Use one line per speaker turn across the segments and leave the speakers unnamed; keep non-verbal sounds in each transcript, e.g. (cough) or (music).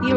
You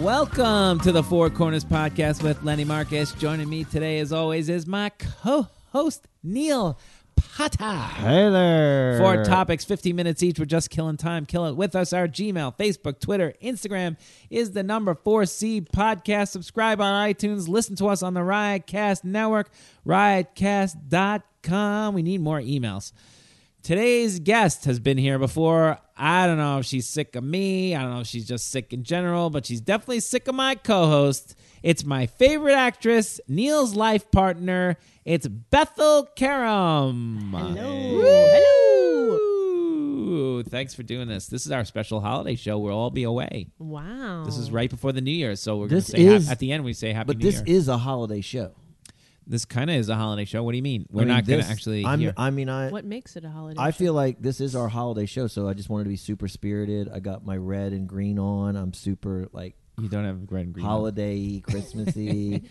Welcome to the Four Corners Podcast with Lenny Marcus. Joining me today, as always, is my co host, Neil Pata.
Hey there.
Four topics, 15 minutes each. We're just killing time. Kill it with us. Our Gmail, Facebook, Twitter, Instagram is the number 4C podcast. Subscribe on iTunes. Listen to us on the Riotcast Network, riotcast.com. We need more emails. Today's guest has been here before. I don't know if she's sick of me. I don't know if she's just sick in general, but she's definitely sick of my co host. It's my favorite actress, Neil's life partner. It's Bethel Karam. Hello. Hello. Thanks for doing this. This is our special holiday show. We'll all be away.
Wow.
This is right before the New Year, so we're going to
This
say hap-
is-
at the end we say Happy
But
New
this
Year.
is a holiday show.
this kind of is a holiday show. What do you mean? We're
I mean,
not going
this-
to actually.
I'm,
hear.
I mean, I
What makes it a holiday?
I
show?
feel like this is our holiday show, so I just wanted to be super spirited. I got my red and green on. I'm super like
you don't have red and green. (laughs)
holiday, Christmassy,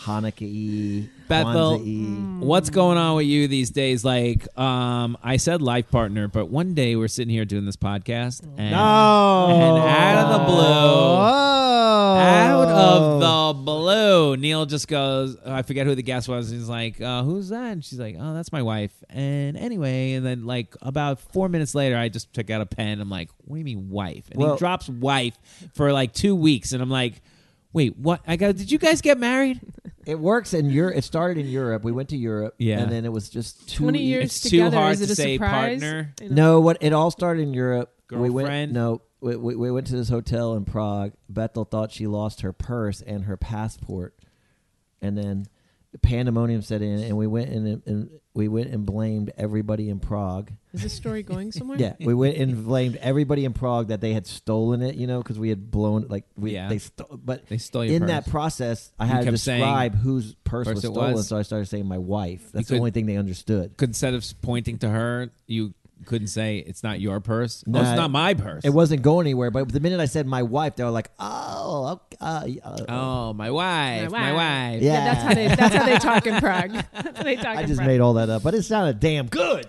Hanukkah-y,
Bethel,
Mm.
Kwanzaa-y.
what's going on with you these days? Like, um, I said life partner, but one day we're sitting here doing this podcast, and and out of the blue,
Oh!
out of the blue, Neil just goes. "Oh, I forget who the guest was. And he's like, uh, "Who's that?" And she's like, "Oh, that's my wife." And anyway, and then like about four minutes later, I just took out a pen. I'm like, "What do you mean wife?" And
Well-
he drops wife for like two weeks, and I'm like. Wait, what? I go. Did you guys get married?
It works in Europe. It started in Europe. We went to Europe,
Yeah.
and then it was just too
twenty
e-
years
It's too
together.
hard
is it
to
a
say
surprise?
partner.
You know?
No, what it all started in Europe. We
Girlfriend?
went, no, we, we, we went to this hotel in Prague. Bethel thought she lost her purse and her passport, and then pandemonium set in, and we went and, and we went and blamed everybody in Prague.
Is this story (laughs) going somewhere?
Yeah, we went and blamed everybody in Prague that they had stolen it, you know, because we had blown like we
Yeah.
they stole. But
They stole your
in
purse.
that process, I had to
kept saying
describe whose purse,
purse
was
it
stolen.
was.
So I started saying my wife. That's the
could-
only thing they understood.
instead of pointing to her, you couldn't say it's not your purse. No,
No,
it's not my purse.
It wasn't going anywhere. But the minute I said my wife, they were like, "Oh, okay, uh, uh,
Oh, my wife, my
My
wife.
wife.
yeah."
Yeah, that's how
(laughs)
they that's how they talk in Prague. That's how they talk
I
in
just
Prague.
made all that up, but it sounded damn good.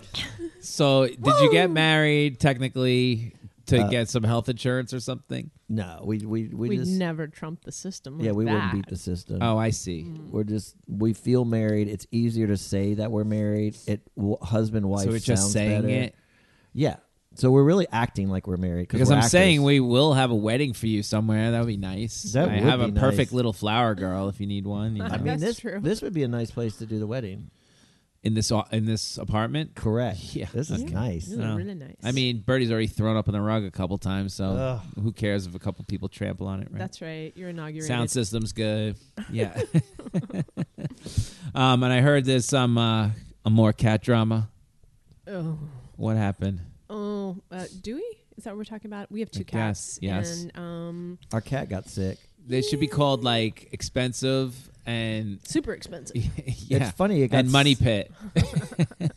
So, did you get married technically to
Uh,
get some health insurance or something?
No, we we we
We'd
just
never trump the system. Like
yeah, we wouldn't
that.
beat the system.
Oh, I
Mm.
see.
We're just we feel married. It's easier to say that we're married. It w- husband wife.
So we're just
sounds
saying
better.
it
Yeah. So we're really acting like we're married
because
we're
I'm
actors.
saying
(laughs)
we will have a wedding for you somewhere. That would be nice.
That
I
would
have
be
a
nice.
perfect little flower girl if you need one.
(laughs)
you
I
know.
I mean,
That's
this
true.
this would be a nice place to do the wedding.
in this au- in this apartment.
Correct.
Yeah.
This is nice.
Ooh,
No.
really nice.
I mean, Birdie's already thrown up on the rug a couple times, so
Ugh.
who cares if a couple people trample on it? Right?
that's right. You're inaugurated.
Sound system's
(laughs)
good. Yeah. (laughs) um, and I heard there's some uh, a more cat drama.
Oh,
What happened?
oh, uh, do we? Is that what we're talking about? We have two
I guess,
cats.
yes.
And um,
Our cat got sick.
They should be called like expensive and (laughs)
super expensive.
yeah,
It's funny. It got
and money
(laughs)
s-
pit.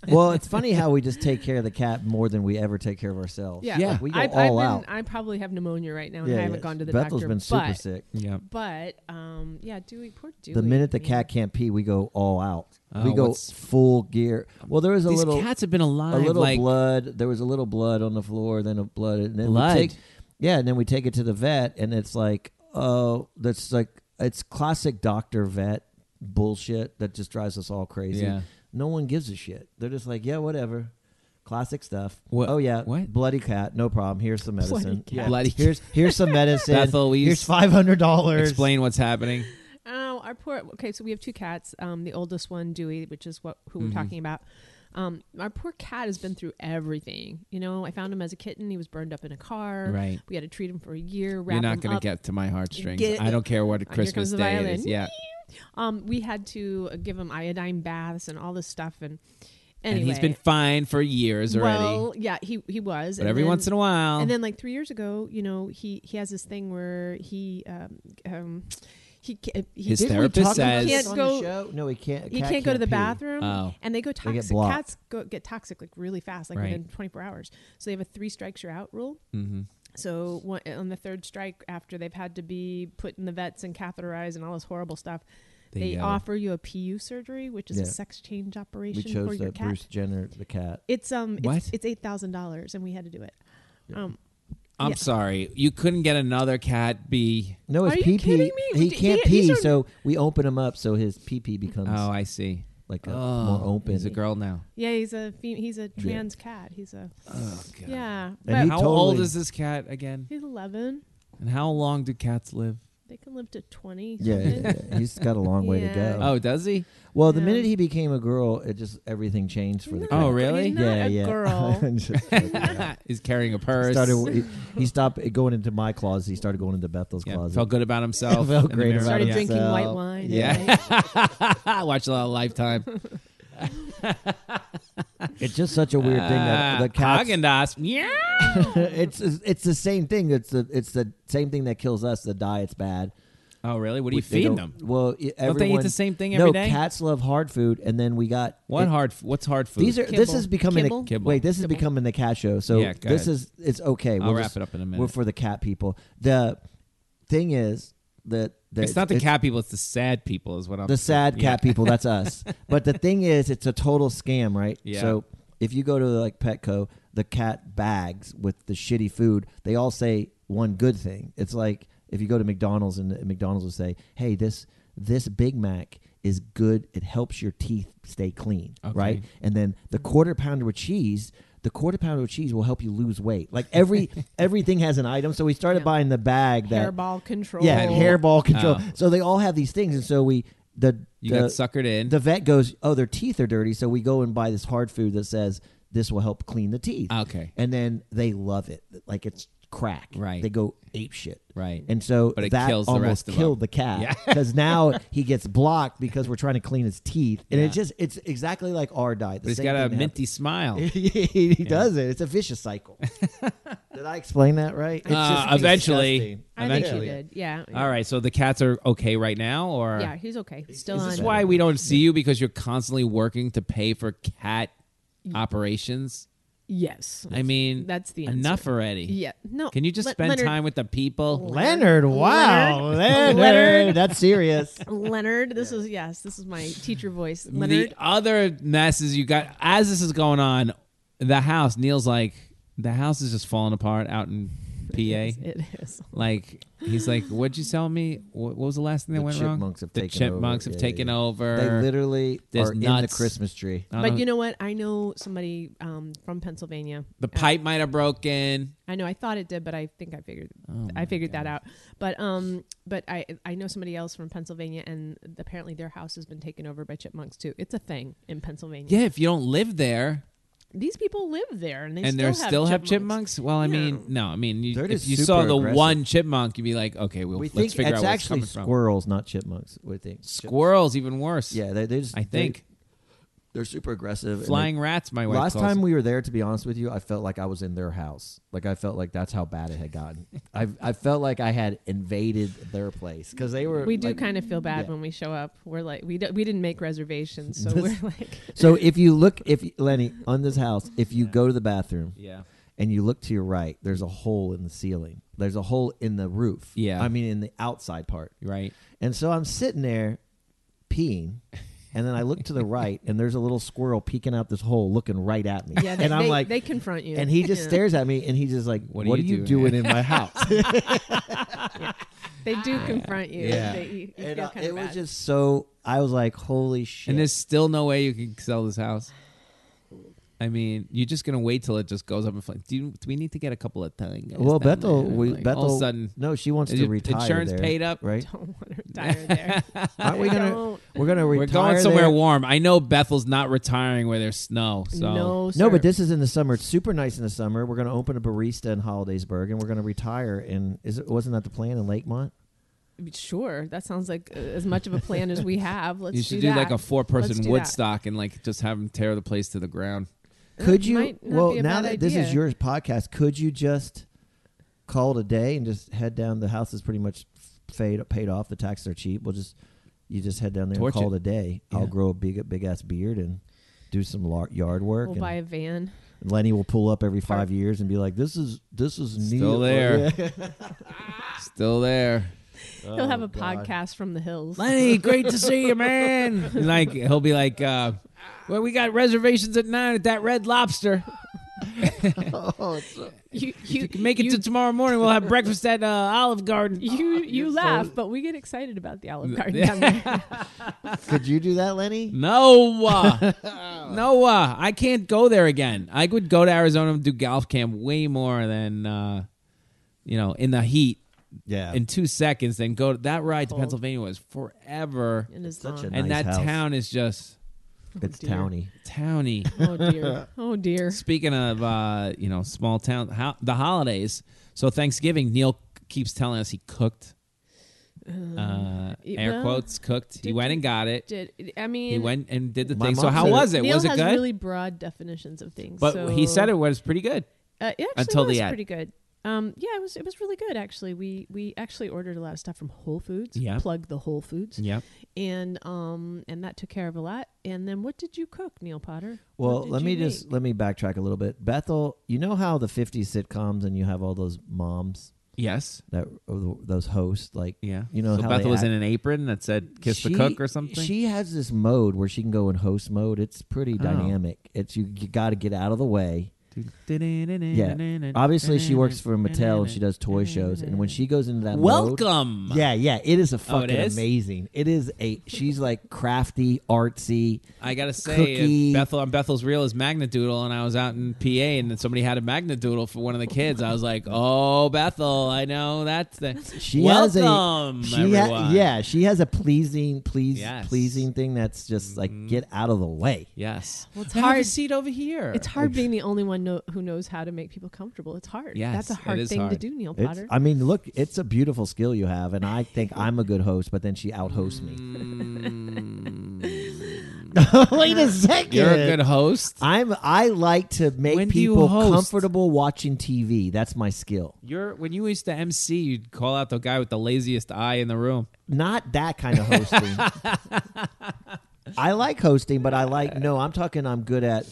well, it's funny how we just take care of the cat more than we ever take care of ourselves.
Yeah.
Yeah.
Like, we go
I, I've
all
been,
out.
I probably have pneumonia right now, and
Yeah,
I haven't
yeah.
gone to the
Bethel's
doctor.
been super
but,
sick.
yeah.
But um, yeah, Dewey, poor Dewey.
The minute the
man.
cat can't pee, we go all out.
Oh,
we go
what's-
full gear. Well, there was a
These
little
cats have been alive
a little
like
blood. There was a little blood on the floor, then a blood, and then
Blood?
We take, yeah, and then we take it to the vet, and it's like, oh, that's like it's classic doctor vet bullshit that just drives us all crazy.
Yeah.
No one gives a shit. They're just like, yeah, whatever. Classic stuff.
What-
Oh yeah,
what?
bloody cat, no problem. Here's some
Bloody
medicine.
cat.
Yeah.
Bloody-
Here's
(laughs)
here's some medicine.
Bethel, we
here's
used-
five hundred
(laughs)
dollars.
explain what's happening.
Oh, our poor. Okay, so we have two cats. Um, the oldest one, Dewey, which is what who
Mm-hmm.
we're talking about. Um, our poor cat has been through everything. You know, I found him as a kitten. He was burned up in a car.
Right.
We had to treat him for a year. Wrap
You're not
him
gonna
up.
get to my heartstrings.
Get-
I don't care what
comes
Christmas
the
day it
violin.
is. Yeah.
Um, we had to uh, give him iodine baths and all this stuff, and Anyway,
and he's been fined for years already.
Well, yeah, he he was.
but every once in a while,
And then like three years ago, you know, he he has this thing where he um, um he ca- he
His
did-
Didn't we
therapist
talk about
says-
Can't
this on
go-
the show? No, he can't.
he
cat
can't, go to the
pee.
bathroom,
Oh.
and they go
They get
toxic.
blocked.
Cats go, get toxic like really fast, like
Right.
within 24 hours. So they have a three strikes you're out rule.
Mm-hmm.
Mhm.
So one, on the third strike, after they've had to be put in the vets and catheterized and all this horrible stuff,
They
they,
go.
offer you a PU surgery, which is
Yeah.
a sex change
We
operation for
chose
your
the
cat.
Bruce Jenner the cat.
It's um,
What?
it's, it's eight thousand dollars, and we had to do it. Um,
I'm
yeah.
sorry, you couldn't get another cat B.
No, it's
Are you
pee pee.
kidding me?
He
D-
can't
yeah, these
pee,
are-
so we open him up, so his pee pee becomes
Oh, I see.
like a
Oh,
more open.
He's a girl now.
yeah, he's a fem- he's a trans cat. He's a yeah,
And
but
How
totally-
old is this cat again?
he's eleven.
And how long do cats live?
They can live to twenty.
(laughs) Yeah,
something.
(laughs) yeah, yeah. he's got a long way to
Yeah.
go.
Oh, does
(laughs)
he?
well, the
yeah.
minute he became a girl, it just everything changed for the cat.
Oh, really?
He's not
yeah,
a
yeah.
girl.
(laughs) Just
(laughs) He's carrying a purse.
started, he, he stopped going into my closet. He started going into Bethel's
yeah,
closet.
felt good about
(laughs)
himself.
Felt
in the
great
mirror.
about
Started
Yeah.
drinking
So,
white wine.
Yeah. (laughs) Watch a lot of Lifetime.
It's just such a weird thing that
Ah,
the cat.
Haagen Dazs. Yeah.
(laughs) it's it's the same thing. It's the it's the same thing that kills us. The diet's bad.
Oh, really? What do you
They
feed
don't-
them?
Well, i-
eat
everyone,
the same thing
no,
every day?
cats love hard food, and then we got
What
it-
hard? f- What's hard food?
These are this
Kibble.
is becoming
Kibble?
a
Kibble.
wait. This is becoming the cat show. So
Yeah, go
this
ahead.
is it's okay.
I'll
we'll
wrap
just-
it up in a
We're
minute.
for the cat people. The thing is that, that
it's not the
it's-
cat people. It's the sad people. Is what I'm.
the sad
yeah.
cat
(laughs)
people. That's us. but the thing is, it's a total scam, right?
Yeah.
So if you go to like Petco, the cat bags with the shitty food, they all say one good thing. It's like if you go to McDonald's and McDonald's will say, "Hey, this this Big Mac is good. It helps your teeth stay clean,
Okay.
right?" And then the quarter pounder with cheese. The quarter pounder with cheese will help you lose weight. Like
(laughs)
every everything has an item. So we started
Yeah.
buying the bag that
Hairball control.
yeah, hairball control.
Oh.
So they all have these things, and so we the
You
the,
got suckered in.
The vet goes, "Oh, their teeth are dirty," so we go and buy this hard food that says this will help clean the teeth.
Okay.
and then they love it like it's crack.
Right.
they go ape shit.
Right.
and so
But it
that
kills the
almost
rest of
killed
them.
the cat (laughs)
(laughs)
because now he gets blocked because we're trying to clean his teeth, and it's just it's exactly like our diet. The
but he's
same
got a
thing
minty smile.
happened. (laughs) he does it. It's a vicious
(laughs)
cycle. Did I explain that right? It's
Uh,
just
eventually.
disgusting.
I think
Eventually.
he did. Yeah.
All right. So the cats are okay right now, or
Yeah, he's okay. Still
Is
on.
this
That's why we don't see you because you're constantly working to pay for cat operations.
Yes.
I mean,
That's the
enough
answer.
already.
Yeah. No.
Can you just
Le-
spend
Leonard-
time with the people?
Leonard, wow, Leonard, (laughs)
Leonard.
that's serious.
(laughs) Leonard, this is yes, this is my teacher voice.
The
Leonard,
other messes you got as this is going on, the house. Neil's like, the house is just falling apart out in
(laughs)
PA.
it is.
Like he's like, what'd you sell me? Wh- What was the last thing that
The
went wrong?
chipmunks have
the
taken
chipmunks
over.
have
Yeah,
taken
yeah.
over.
(laughs) They literally
There's
are in the
nuts.
Christmas tree.
I don't
But you know what? I know somebody um, from Pennsylvania.
the
Uh,
pipe might have broken.
I know I thought it did, but I think I figured
Oh
I figured that out. But um, but I I know somebody else from Pennsylvania, and apparently their house has been taken over by chipmunks too. It's a thing in Pennsylvania.
Yeah, if you don't live there,
These people live there, and they
and
still
there
have
still have
chipmunks.
chipmunks. Well, I mean, no, I mean, you,
They're
if
just
you saw
super
the
aggressive.
one chipmunk, you'd be like, okay, well,
We
let's
think
figure
it's
out where
actually
it's coming
squirrels, not chipmunks. We think
from. Squirrels, even worse.
Yeah, they, they just.
I think
they, are super aggressive. and
flying
they-
rats. My wife
Last
calls
time
it.
we were there, to be honest with you, I felt like I was in their house. Like I felt like that's how bad it had
(laughs)
gotten. I I felt like I had invaded their place because they were.
We do
like-
kind of feel bad
yeah.
when we show up. We're like we d- we didn't make reservations, so we're
(laughs) This-
like
So if you look, if Lenny on this house, if you go to the bathroom,
yeah,
and you look to your right, there's a hole in the ceiling. There's a hole in the roof.
Yeah.
I mean, in the outside part. (sighs)
right.
And so I'm sitting there peeing. And then I look to the right, and there's a little squirrel peeking out this hole, looking right at me.
yeah. They,
and I'm
they-
like,
they confront you,
and he just
(laughs) Yeah.
stares at me, and he's just like, "What,
What are
are
you
you,
doing
doing in my
(laughs)
house?"
They do confront you.
Yeah.
They, you, you
(laughs) and
feel
uh,
kind
it
of
was
bad.
just so I was like, "Holy shit!"
And there's still no way you can sell this house. I mean, you're just gonna wait till it just goes up in flames. Do, you, do we need to get a couple of things?
well,
down
Bethel,
there?
we,
Like,
Bethel,
all of a sudden,
no, she wants
Is
to
your
retire.
insurance
there,
paid up? (laughs)
right?
(laughs) don't
(laughs)
want to retire there.
Aren't we gonna?
Don't.
We're gonna retire.
we're going somewhere
there?
warm. I know Bethel's not retiring where there's snow. So
no,
No, but
sir.
this is in the summer. It's super nice in the summer. We're going to open a barista in Hollidaysburg, and we're going to retire. And is it wasn't that the plan in Lakemont?
I mean, Sure, that sounds like uh, as much of a plan as we
(laughs)
have. Let's
you should
do,
do, like
that.
a four
Let's
person
do
Woodstock and like just have them tear the place to the ground.
Could you?
might not
well,
be a
now
bad
that this is
idea.
your podcast, could you just call it a day and just head down? The house is pretty much fade, paid off. The taxes are cheap. We'll just you just head down there
Torch
and call
it.
it. a day.
Yeah.
I'll grow a big big ass beard and do some lar- yard work.
We'll
and
buy a van.
Lenny will pull up every five years and be like, "This is this is
Still
neat."
there. (laughs) Still there.
He'll
Oh,
have a podcast from the hills.
Lenny, great to see you, man. And, (laughs) like he'll be like, uh, well, we got reservations at nine at that Red Lobster.
(laughs) You
You
you
can make it
you,
to tomorrow morning. We'll have breakfast at uh, Olive Garden.
you, you laugh, but we get excited about the
(laughs)
Olive Garden down there.
(laughs) Could you do that, Lenny?
No, uh,
(laughs)
no, uh, I can't go there again. I would go to Arizona and do golf camp way more than uh, you know in the heat
Yeah.
in two seconds. Then go that ride to
Cold.
Pennsylvania was forever,
It is
Such
long.
a-
and
Nice
that
house.
town is just
it's
dear.
towny.
(laughs)
towny.
oh
(laughs)
dear. Oh dear.
Speaking of uh, you know small town, how, the holidays. So Thanksgiving, Neil keeps telling us he cooked. Uh,
it-
air
well,
quotes cooked. He
did
went
you-
and got it.
Did I mean
He went and did the
My
thing. So
mom
how
said it-
was it?
Neil
was it
has
good?
really broad definitions of things.
But
so,
he said it was pretty good.
uh, it actually
until the
was
end.
pretty good. Um, yeah, it was it was really good actually. We we actually ordered a lot of stuff from Whole Foods.
Yeah.
Plug the Whole Foods.
Yep.
And um and that took care of a lot. And then what did you cook, Neil Potter? What
Well,
did
let
you
me just
make?
let me backtrack a little bit. Bethel, you know how the 50s sitcoms and you have all those moms
Yes.
that or those hosts like
Yeah.
you know
so
how
Bethel
they
was in
act-
an apron that said "kiss
She-
the cook" or something. Oh.
She has this mode where she can go in host mode. It's pretty dynamic. It's you, you got to get out of the way. Yeah. Obviously, she works for Mattel and she does toy shows. And when she goes into that mode-
Welcome. Oh,
yeah, yeah, it is a fucking
is?
amazing. It is a she's like crafty, artsy.
I gotta say,
Cookie.
if Bethel on Bethel's reel is Magnadoodle, and I was out in PA, and then somebody had a Magnadoodle for one of the kids. I was like, "Oh, Bethel, I know that's the
She
welcome."
has a she ha-
everyone.
yeah, she has a pleasing, please,
Yes. Mm-hmm.
pleasing thing that's just like get out of the way.
yes. Well,
it's
Have a
hard.
seat over here.
It's hard being the only one know, who knows how to make people comfortable. It's hard.
Yes,
That's a
it
hard
is
thing to
hard.
do, Neil
It's,
Potter.
I mean, look, it's a beautiful skill you have, and I think I'm a good host, but then she outhosts me. (laughs) Wait a second.
Mm, You're a good host.
I'm. I like to make
When do you
people
host?
comfortable watching TV. That's my skill.
You're when you used to MC, you'd call out the guy with the laziest eye in the room.
Not that kind of hosting.
(laughs)
I like hosting, but I like no. I'm talking. I'm good at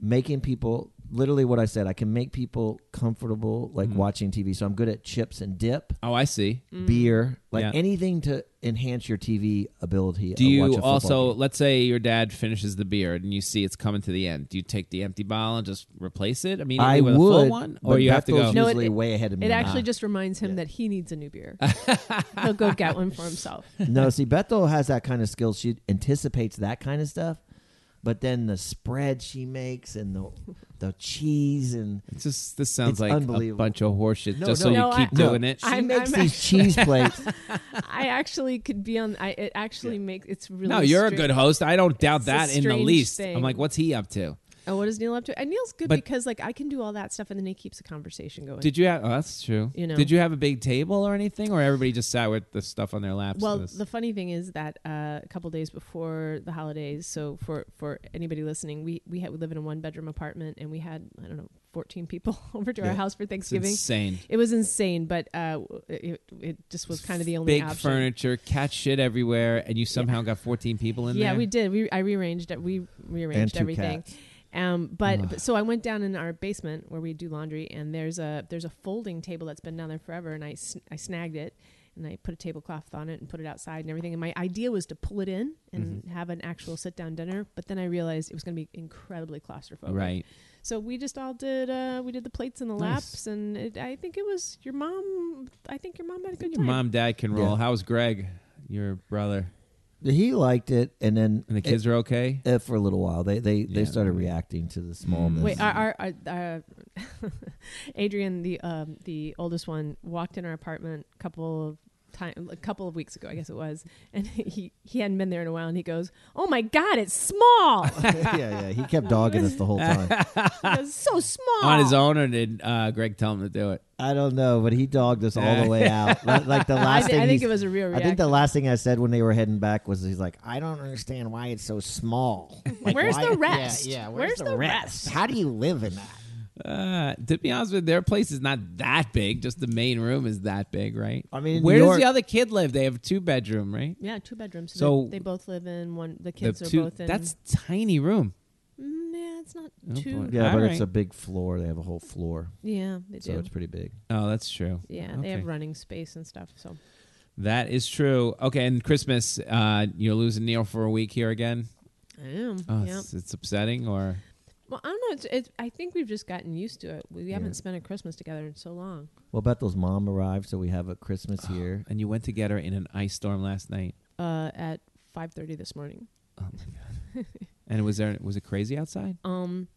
making people. Literally, what I said. I can make people comfortable, like
Mm-hmm.
watching TV. So I'm good at chips and dip,
Oh, I see.
beer, like
Yeah.
anything to enhance your TV ability.
Do
of
you
watching football
also
game.
let's say your dad finishes the beer and you see it's coming to the end? Do you take the empty bottle and just replace it immediately
I
with a full
would,
one,
but
or you have to go?
Bethel's
No, it-
usually
it-
way ahead of me.
it
in
actually
that.
just reminds him that he needs a new
(laughs)
beer. He'll go get one for himself.
no, see, Bethel has that kind of skill. She anticipates that kind of stuff, but then the spread she makes and the the cheese and
It's just this sounds
It's
like a
unbelievable.
bunch of horseshit.
No,
just
no,
so
no,
you
I-
keep
No,
doing it.
She
I'm-
makes
I'm
these
(laughs)
cheese plates.
I actually could be on. I it actually makes it's really.
no, you're
strange.
a good host. I don't doubt
It's a
that in the
strange
least.
thing.
I'm like, what's he up to?
Oh, what is Neil up to? And Neil's good
But-
because like I can do all that stuff, and then he keeps the conversation going.
Did you have? Oh, that's true.
You know.
Did you have a big table or anything, or everybody just sat with the stuff on their laps?
well,
and this-
the funny thing is that uh, a couple days before the holidays, so for for anybody listening, we we had we live in a one bedroom apartment, and we had I don't know 14 people (laughs) over to our house for
it's
Thanksgiving.
insane.
It was insane, but uh, it, it just was kind of the only
Big
option.
furniture, cat shit everywhere, and you somehow got 14 people in
yeah,
there.
we did. We I rearranged it. We rearranged
two
everything.
cats.
Um, but, but so I went down in our basement where we do laundry, and there's a there's a folding table that's been down there forever, and I sn- I snagged it, and I put a tablecloth on it and put it outside and everything. And my idea was to pull it in and have an actual sit down dinner, but then I realized it was going to be incredibly claustrophobic.
Right.
So we just all did uh, we did the plates and the laps, and it, I think it was your mom. I think your mom had a good
Your
time.
mom, dad can roll.
Yeah.
How was Greg, your brother,
He liked it, and then
and the kids are okay?
it- uh, for a little while they they,
Yeah.
they started reacting to the smallness.
Wait, our, our, our (laughs) uh, Adrian, the um, the oldest one, walked in our apartment a couple of time a couple of weeks ago, I guess it was, and (laughs) he he hadn't been there in a while, and he goes, "Oh my God, it's small!
(laughs) yeah, yeah. He kept dogging us the (laughs) whole time.
(laughs)
He goes, so small."
on his own, or did uh, Greg tell him to do it?
I don't know, but he dogged us all the way out. Like like the
(laughs)
last
I, thi-
thing
I think
he's-
it was a real
I
reaction.
think the last thing I said when they were heading back was he's like, I don't understand why it's so
(laughs)
small. Like,
Where's
why-
the rest?
Yeah, yeah
Where's the rest?
How do you live in that?
Uh, to be honest with you, their place is not that big. Just the main room is that big, right?
I mean, in
where
New
does the
York-
other kid live? They have a two bedroom, right?
yeah, two bedrooms. So,
So-
they, they both live in one. The
The
kids are
two-
both in.
That's tiny room.
Mm, yeah, it's not
Oh,
too.
boy.
Yeah,
All
but it's
right.
a big floor. They have a whole floor,
Yeah, they
so
do.
it's pretty big.
Oh, that's true.
yeah, they have
Okay.
running space and stuff. So
That is true. Okay, and Christmas, uh, you're losing Neil for a week here again.
I am.
Oh,
yeah.
it's, it's upsetting, or
Well, I don't know. It's, it's. I think we've just gotten used to it. We haven't spent a Christmas together in so long.
Well, Bethel's mom arrived, so we have a Christmas here.
and you went to get her in an ice storm last night.
Uh, at five thirty this morning.
Oh my god!
(laughs)
and was there was it crazy outside?
Um,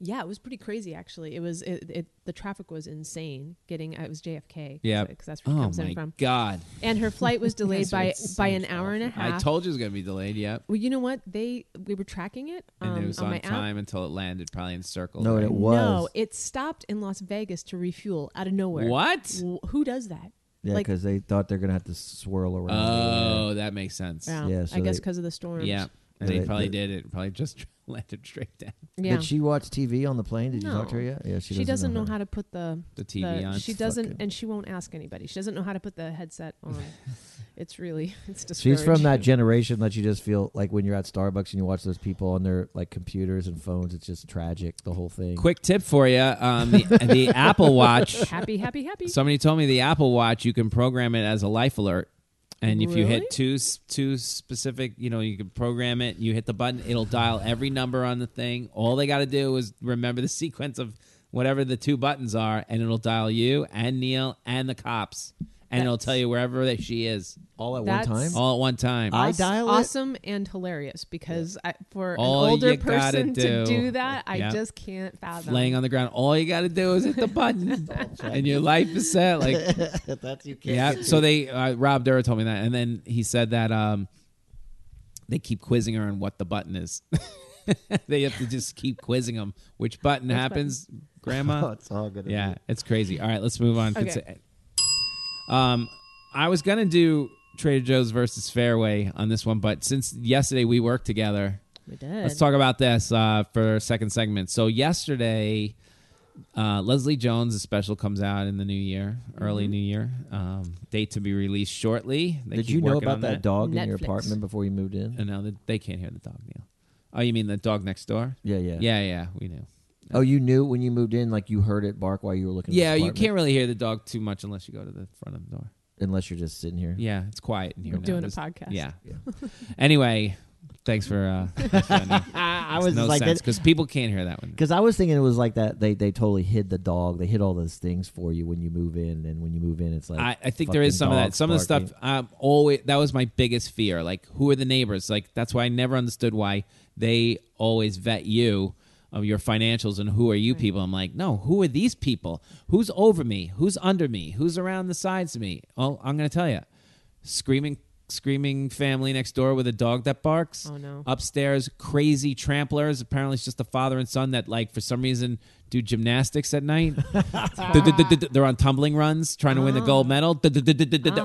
yeah, it was pretty crazy actually. It was it, it the traffic was insane. Getting it was JFK.
Yeah.
because that's where she
Oh
comes
my
in from.
god!
And her
(laughs)
flight was delayed by by an hour and a half.
I told you it was gonna be delayed. Yep.
Well, you know what? They we were tracking it um,
And it was
on,
on,
my app.
time until it landed, probably in circles.
No,
right?
it was.
No, it stopped in Las Vegas to refuel out of nowhere.
What?
W- who does that?
Yeah,
(gasps) like-
because they thought they're gonna have to swirl around.
Oh, that makes sense. Yeah,
Yeah,
Yeah, so
I guess
they-
because of the storms.
and
Yeah,
he
they-
probably
they-
did it. Probably just (laughs) landed straight down
Yeah.
Did she watch TV on the plane? Did you talk to her
No.
yet? Yeah, she,
she, doesn't know, how to put the,
the TV
the-
on.
She doesn't,
Fucking-
and she won't ask anybody. She doesn't know how to put the headset
(laughs)
on. it's really (laughs) it's discouraging.
She's from that generation that you just feel like when you're at Starbucks and you watch those people on their like computers and phones, it's just tragic the whole thing.
Quick tip for you: um, the,
(laughs)
the Apple Watch.
happy, happy, happy.
Somebody told me the Apple Watch you can program it as a life alert, and if you
Really?
hit two s- two specific, you know, you can program it. You hit the button, it'll dial every number on the thing. All they got to do is remember the (laughs) sequence of whatever the two buttons are, and it'll dial you and Neil and the cops, and it'll
That's-
tell you wherever that she is
All at one
That's-
time.
all at one time.
I
Awes-
dial it-
awesome and hilarious because I, for
All
an older
you gotta
person
do-
to do that, I
Yeah.
just can't fathom.
laying on the ground. All you got to do is hit the
(laughs)
button, and your life is set. Like
That's you
(laughs)
can't.
yeah. So they uh, Rob Durr told me that, and then he said that um, they keep quizzing her on what the button is. (laughs) they have to just keep quizzing them. Which button Oh, happens, (laughs) Grandma?
(laughs) it's all good.
yeah, it's crazy. All right, let's move on.
Okay.
Consi- Um, I was gonna do Trader Joe's versus Fairway on this one, but since yesterday we worked together,
we did.
Let's talk about this uh, for our second segment. So yesterday, uh, Leslie Jones' special comes out in the new year, early new year. Um, date to be released shortly. They
Mm-hmm. Did
keep
you know
working on
about that, dog in your
Netflix.
apartment before you moved in?
Oh, no, they- they can't hear the dog, Neil. Oh, you mean the dog next door?
Yeah, yeah,
Yeah, yeah, we knew.
Oh, you knew when you moved in, like you heard it bark while you were looking. at
Yeah,
this
you
apartment?
can't really hear the dog too much unless you go to the front of the door.
unless you're just sitting here.
Yeah, it's quiet in here.
We're
now.
doing a
There's-
podcast.
Yeah. (laughs) anyway, thanks for. Uh, thanks for that, Neil.
(laughs) (laughs) I
Makes
was
no
like that
because people can't hear
(laughs)
that one.
because I was thinking it was like that. They they totally hid the dog. They hid all those things for you when you move in, and when you move in, it's like
I, I think there is some
fucking
of that.
dogs
Some of the
barking.
stuff um, always that was my biggest fear. Like who are the neighbors? Like that's why I never understood why they always vet you of your financials and who are you people. I'm like, no, who are these people? Who's over me? Who's under me? Who's around the sides of me? Oh, I'm gonna tell you, screaming. Screaming family next door with a dog that barks.
Oh, no.
Upstairs, crazy tramplers. Apparently, it's just a father and son that, like, for some reason, do gymnastics at
(laughs)
night. They're on tumbling runs trying to win the gold medal.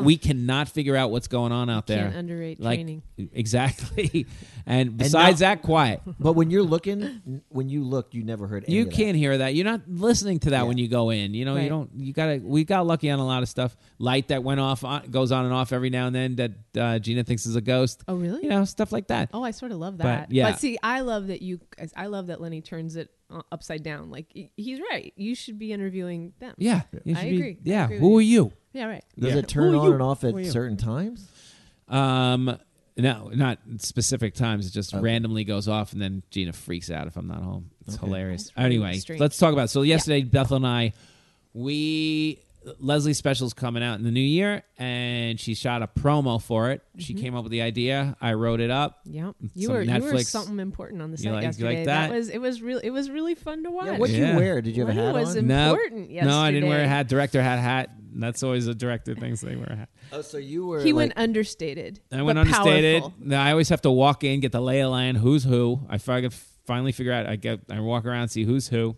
We cannot figure out what's going on out there.
Ah. Can't underrate
Like,
training. (laughs)
Exactly. And besides that, quiet.
But when you're looking, when you look, you never heard. Any
You
of that.
can't hear that. You're not listening to that when you go in. You know, you
Right.
don't. You gotta. We got lucky on a lot of stuff. Light that went off on, goes on and off every now and then. That uh, Gina thinks is a ghost.
Oh, really?
You know, stuff like that.
Oh, I sort of love
But,
that. But,
yeah.
see, I love that you. I love that Lenny turns it uh, upside down. Like he- he's right. You should be interviewing them.
Yeah, you
I
should be-
agree. I
yeah,
agree with
who
you.
are you?
Yeah. Right.
Does
Yeah.
it turn
Who are
on
you?
and off
Who are
at
you?
certain times?
Um, no, not specific times. It just randomly goes off, and then Gina freaks out if I'm not home. It's hilarious.
really
anyway,
strange.
let's talk about. It. So yesterday, Bethel and I, we Leslie's special's coming out in the new year, and she shot a promo for it.
Mm-hmm.
She came up with the idea. I wrote it up.
Yep. You
Some
were you were
Netflix-
something important on the
You
site
like- you like
yesterday.
that?
was it was real it was really fun to watch.
Yeah, what'd
Yeah.
you wear? Did you have a
Lenny
hat
was
on?
in- important
No, I didn't wear a
yesterday.
hat. Director had a hat. That's always a director thing. So they wear a hat.
oh, so you were.
he
like,
went understated.
I went
but
understated.
powerful.
Now I always have to walk in, get the lay of the land, who's who. I fucking finally figure out. I get, I walk around, see who's who,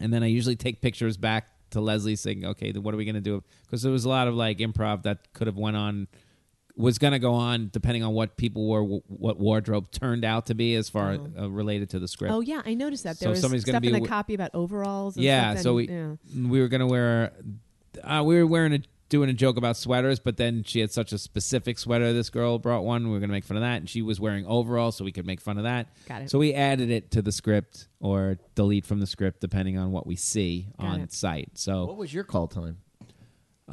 and then I usually take pictures back to Leslie, saying, "Okay, then what are we gonna do?" Because there was a lot of like improv that could have went on, was gonna go on depending on what people were, what wardrobe turned out to be as far uh, related to the script.
Uh-huh. Oh yeah, I noticed that
So
there was
somebody's gonna
stuff in
be
the
wi-
copy about overalls. And
yeah,
stuff
so
and-
we
yeah.
we were gonna wear, uh, we were wearing a doing a joke about sweaters, but then she had such a specific sweater. This girl brought one. We were gonna make fun of that, and she was wearing overalls, so we could make fun of that.
Got it.
So we added it to the script or delete from the script depending on what we see
Got
on
it.
site.
What
So
was your call time?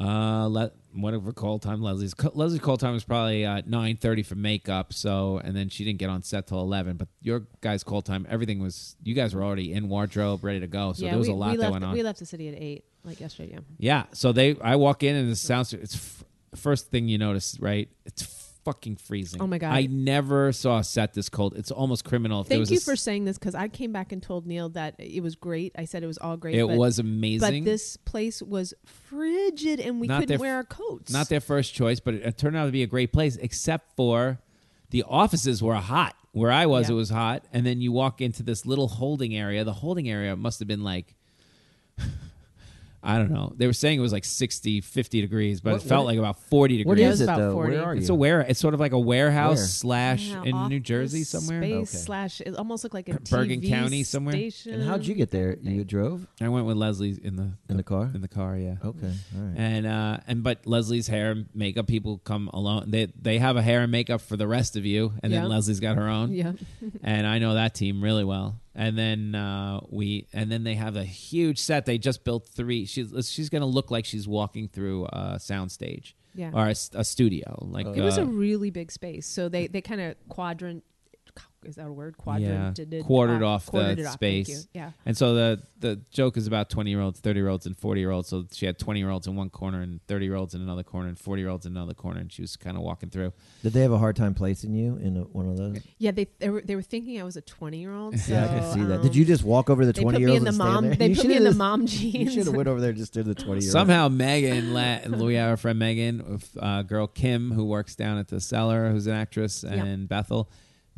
uh, let whatever call time Leslie's co- Leslie's call time was probably uh, nine thirty for makeup. So and then she didn't get on set till eleven. But your guys' call time, everything was you guys were already in wardrobe, ready to go. So
yeah,
there was
we,
a lot
we
that
left,
went on.
We left the city at eight, like yesterday. Yeah.
Yeah. So they, I walk in and it sounds. It's f- first thing you notice, right? It's fucking freezing.
Oh my God.
I never saw a set this cold. It's almost criminal. If there
Thank
was a
you
s-
for saying this because I came back and told Neil that it was great. I said it was all great.
It
but-
was amazing.
But this place was frigid and we
Not
couldn't
their-
wear our coats.
Not their first choice, but it, it turned out to be a great place, except for the offices were hot. Where I was,
Yeah.
it was hot, and then you walk into this little holding area. The holding area must have been like. (laughs) I don't know. They were saying it was like 60, 50 degrees, but
What-
it felt
what-
like about 40 degrees.
What
It
is
was
it
about
though?
40.
Where are you?
It's a ware. It's sort of like a warehouse
Where?
slash
Yeah,
in New
office
Jersey somewhere.
Space
Okay.
slash it almost looked like a
Bergen
TV
County somewhere? And
Station.
and how'd you get there? You drove
I went with Leslie in the
in the car?
in the car, yeah.
Okay, all
Mm.
right.
And uh, and but Leslie's hair and makeup people come alone. They they have a hair and makeup for the rest of you, and
Yeah.
then Leslie's got her own.
Yeah.
and I know that team really well. And then uh, we and then they have a huge set. They just built three. She's she's gonna look like she's walking through a soundstage,
(laughs) Yeah.
or a, s- a studio. Like
It was
uh,
a really big space. So they, they kind of quadrant. Is that a word? Quadrant.
yeah, quartered off
quartered
the
it off. Thank
space.
you. Yeah.
And so the the joke is about twenty year olds, thirty year olds, and forty year olds. So she had twenty year olds in one corner, and thirty year olds in another corner, and forty year olds in another corner, and she was kind of walking through.
Did they have a hard time placing you in a, one of those?
Yeah, they they were, they were thinking I was a twenty
(laughs)
year old. So,
yeah, I can see that.
um,
Did you just walk over the
They put
twenty
me
year old
in the
and stand
mom.
there?
They
(laughs) You
put me in
shoulda
the
just-
mom
You should
jeans. (laughs)
have went over there and just did the twenty year old.
Somehow Megan, la- we have our friend Megan, uh, girl Kim, who works down at the cellar, who's an actress, and Bethel.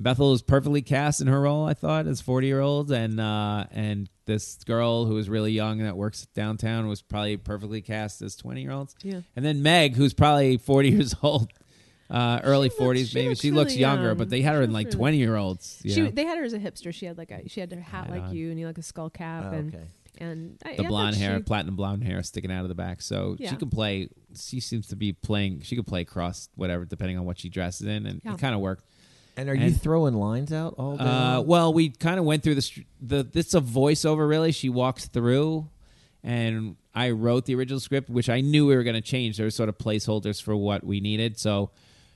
Bethel is perfectly cast in her role, I thought, as forty year old, and uh, and this girl who is really young that works downtown was probably perfectly cast as twenty year olds.
Yeah.
And then Meg, who's probably forty (laughs) years old, uh, early
looks-
forties,
she
maybe
looks
she looks
really
younger,
young.
but they had her
She
in
looks
like
really-
twenty year olds.
She they had her as a hipster. She had like a she had her hat
Hat
like
on.
you, and you like a skull cap,
Oh,
and
okay.
and I, I
the
thought
blonde hair,
Uh, she-
platinum blonde hair sticking out of the back. So
Yeah.
she can play. She seems to be playing. She could play cross whatever, depending on what she dresses in, and
Yeah.
it kind of worked.
And are you
And-
throwing lines out all day?
Uh,
long?
well, we kind of went through the str- the. This a voiceover, really. She walks through, and I wrote the original script, which I knew we were going to change. There were sort of placeholders for what we needed, so.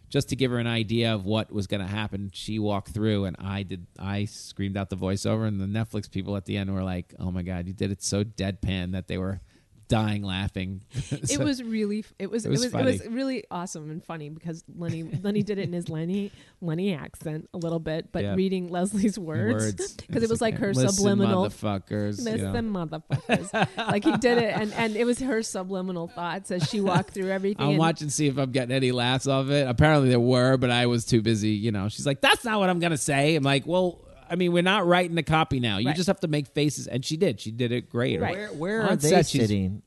Just to give her an idea of what was going to happen, she walked through, and I did. I screamed out the voiceover, and the Netflix people at the end were like, "Oh my god, you did it so deadpan that they were dying laughing." (laughs)
It
So-
was really f- it was
It
it
was
was, it was
funny.
really awesome and funny because Lenny Lenny did it in his Lenny Lenny accent a little bit, but
Yeah.
reading Leslie's words (laughs) because it
It's
was like her
"Listen,
subliminal
motherfuckers. you
Miss
know.
them motherfuckers. like he did it, and, and it was her subliminal thoughts as she walked through everything.
I'll
and-
watch and see if I'm getting any laughs off it. Apparently there were, but I was too busy. You know, she's like, "That's not what I'm gonna say." I'm like, "Well, I mean, we're not writing the copy now. You
Right.
just have to make faces." And she did. She did it great.
Right.
where, where
On
are they
set, she's-
sitting?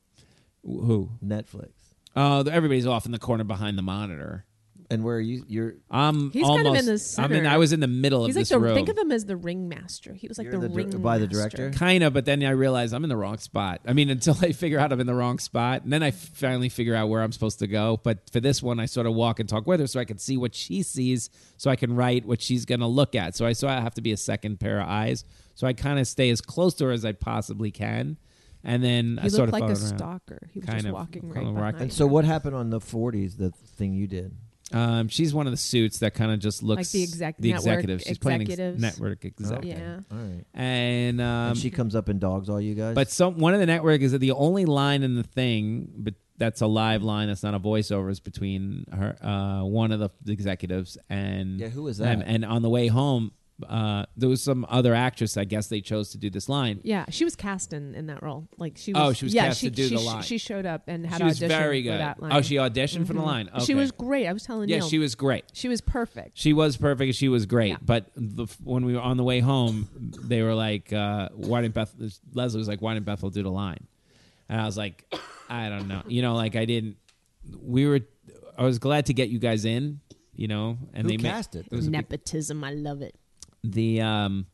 Who?
Netflix.
Oh, everybody's off in the corner behind the monitor.
And where are you? You're
I'm
He's kind
almost.
of in the
I mean,
center.
I was in the middle
He's
of
like
this
the
room.
think of him as the ringmaster. He was like
You're
the,
the dir-
ringmaster
by the director?
Kind of, but then I realized I'm in the wrong spot. I mean, until I figure out I'm in the wrong spot, and then I finally figure out where I'm supposed to go. But for this one, I sort of walk and talk with her so I can see what she sees, so I can write what she's going to look at. So I so I have to be a second pair of eyes. So I kind of stay as close to her as I possibly can, and then I
He
sort
looked
of
like a
follow her around.
stalker. He was
Kind
just
of.
walking right
Kind of rock-
behind.
And so, what happened on the 40s? The thing you did.
Um, she's one of the suits that kind of just looks
the exec-
the
network
executive. She's playing ex-
executives.
network
Oh,
executive.
Yeah.
All right.
and um,
and she comes up and dogs all you guys.
but some one of the network is that the only line in the thing, but that's a live line. That's not a voiceover. Is between her, uh, one of the executives and
Yeah, who was
them.
that?
And on the way home, uh, there was some other actress. I guess they chose to do this line.
Yeah, she was cast in, in that role. Like she was.
Oh, she was
yeah,
cast
she,
to do
she,
the line.
She showed up and had
she was
auditioned
very
for
good.
that line.
Oh, she auditioned
Mm-hmm.
for the line. Okay.
She was great. I was telling
Yeah,
Neil.
she was great.
She was perfect.
She was perfect. She was great.
Yeah.
But the, f- when we were on the way home, they were like, uh, "Why didn't Beth?" Leslie was like, "Why didn't Bethel do the line?" And I was like, "I don't know. You know, like I didn't. We were. I was glad to get you guys in. You know, and
Who
they ma-
cast it?
There was a big-
Nepotism. I love it.
the um,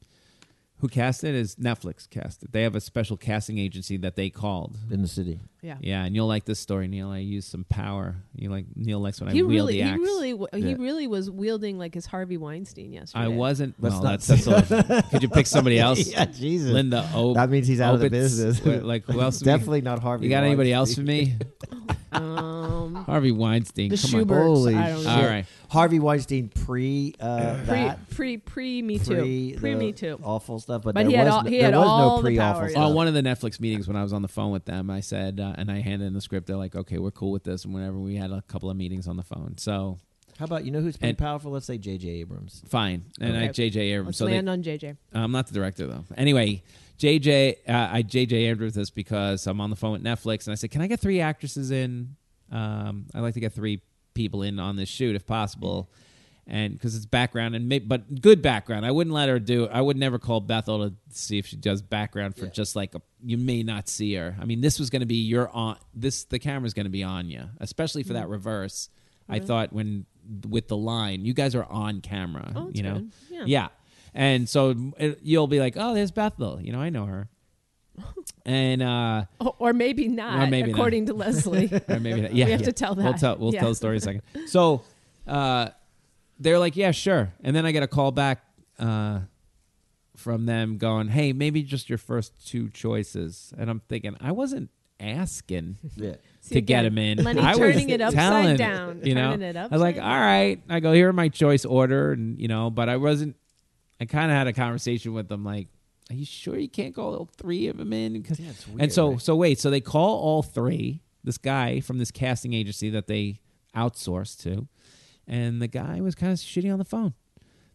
who cast it is Netflix cast it. They have a special casting agency that they called.
in the city.
Yeah.
Yeah, and you'll like this story, Neil. I use some power. You like Neil likes when I
He
wield
really,
the axe.
he really, wa- he
Yeah.
really was wielding like his Harvey Weinstein yesterday.
I wasn't.
Let's
well,
not
that's, that's a
(laughs)
little- could you pick somebody else?
yeah, Jesus.
Linda O.
That means he's out of the
Opitz? (laughs)
business.
Wait, like who
(laughs)
else?
Definitely not Harvey.
You got anybody else for
Weinstein.
me?
(laughs)
(laughs)
(laughs)
Um,
Harvey Weinstein.
the
come
Schubert.
Holy
I don't
shit!
know.
All right.
Harvey Weinstein pre uh,
(clears throat) Pre,
that.
pre, pre, me too.
Pre,
Pre,
the
me too.
Awful stuff, but,
But
there
he had
was
all-
no,
he
there
had
was
all
no
the
pre awful
power,
on.
yeah.
stuff.
On Oh, one of the Netflix meetings when I was on the phone with them, I said, uh, and I handed in the script. They're like, "Okay, we're cool with this." And whenever we had a couple of meetings on the phone, so
How about you know who's pretty
And-
powerful? Let's say J.J. Abrams.
fine. And I
Okay.
J.J. Abrams.
Let's
so they,
land on JJ.
I'm not the director though. Anyway, JJ, uh, I JJ Andrews this because I'm on the phone with Netflix, and I said, "Can I get three actresses in? Um, I'd like to get three people in on this shoot if possible." And because it's background and may, but good background, I wouldn't let her do. I would never call Bethel to see if she does background for just like a, you may not see her. I mean, this was going to be your on this. The camera's going to be on you, especially for that
Mm-hmm.
reverse. I thought when with the line, you guys are on camera.
Oh, that's
you know,
good. Yeah.
yeah. And so it, you'll be like, oh, there's Bethel. You know, I know her. And uh,
Or, or maybe not,
Or maybe not.
according to Leslie.
(laughs) or maybe not. yeah,
We have
yeah.
to tell
We'll
that.
tell we'll
Yeah.
tell the story in a second. So uh, they're like, yeah, sure. And then I get a call back uh, from them going, hey, maybe just your first two choices. And I'm thinking, I wasn't asking
Yeah.
See,
to get
again,
him in. (laughs)
Lenny
I was
turning it upside
telling-
down,
You know,
turning it
I was like,
upside
all right. I go, here are my choice order, and you know, but I wasn't. I kind of had a conversation with them, like, are you sure you can't call all three of them in? 'Cause-
Yeah, it's
and
weird,
so,
right?
so wait, so they call all three. This guy from this casting agency that they outsourced to, and the guy was kind of shitty on the phone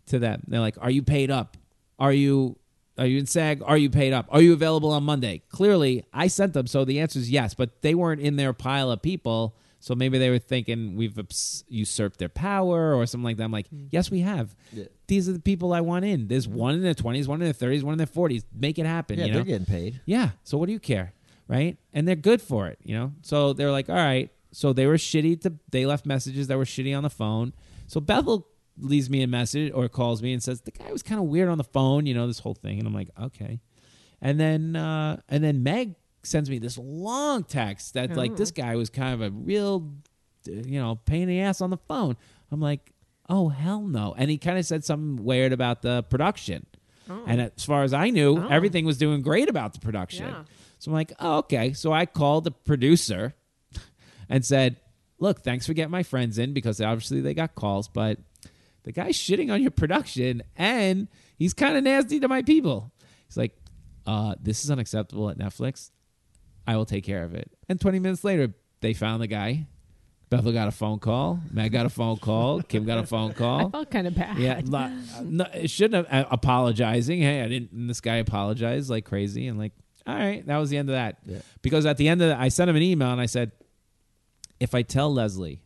to them. They're like, "Are you paid up? Are you are you in SAG? Are you paid up? Are you available on Monday?" Clearly, I sent them, so the answer is yes. But they weren't in their pile of people, so maybe they were thinking we've ups- usurped their power or something like that. I'm like, yes, we have.
Mm. Yeah.
These are the people I want in. There's one in their twenties, one in their thirties, one in their forties. Make it happen.
Yeah,
you know?
they're getting paid.
Yeah. So what do you care? Right? And they're good for it, you know? So they're like, all right. So they were shitty to they left messages that were shitty on the phone. So Bethel leaves me a message or calls me and says, The guy was kind of weird on the phone, you know, this whole thing. And I'm like, okay. And then uh and then Meg sends me this long text that like this guy was kind of a real uh, you know, pain in the ass on the phone. I'm like, oh hell no. And he kind of said something weird about the production. And as far as I knew,
Oh.
everything was doing great about the production.
Yeah.
So I'm like, oh, okay. So I called the producer (laughs) and said, look, thanks for getting my friends in because obviously they got calls, but the guy's shitting on your production and he's kind of nasty to my people. He's like, uh, this is unacceptable at Netflix. I will take care of it. And 20 minutes later, they found the guy. Bethel got a phone call. Matt got a phone call. Kim got a phone
(laughs) I
call.
felt kind of bad.
Yeah, (laughs) not, no, it shouldn't have uh, apologizing. Hey, I didn't. And this guy apologized like crazy, and like, all right, that was the end of that.
Yeah.
Because at the end of that, I sent him an email and I said, if I tell Leslie,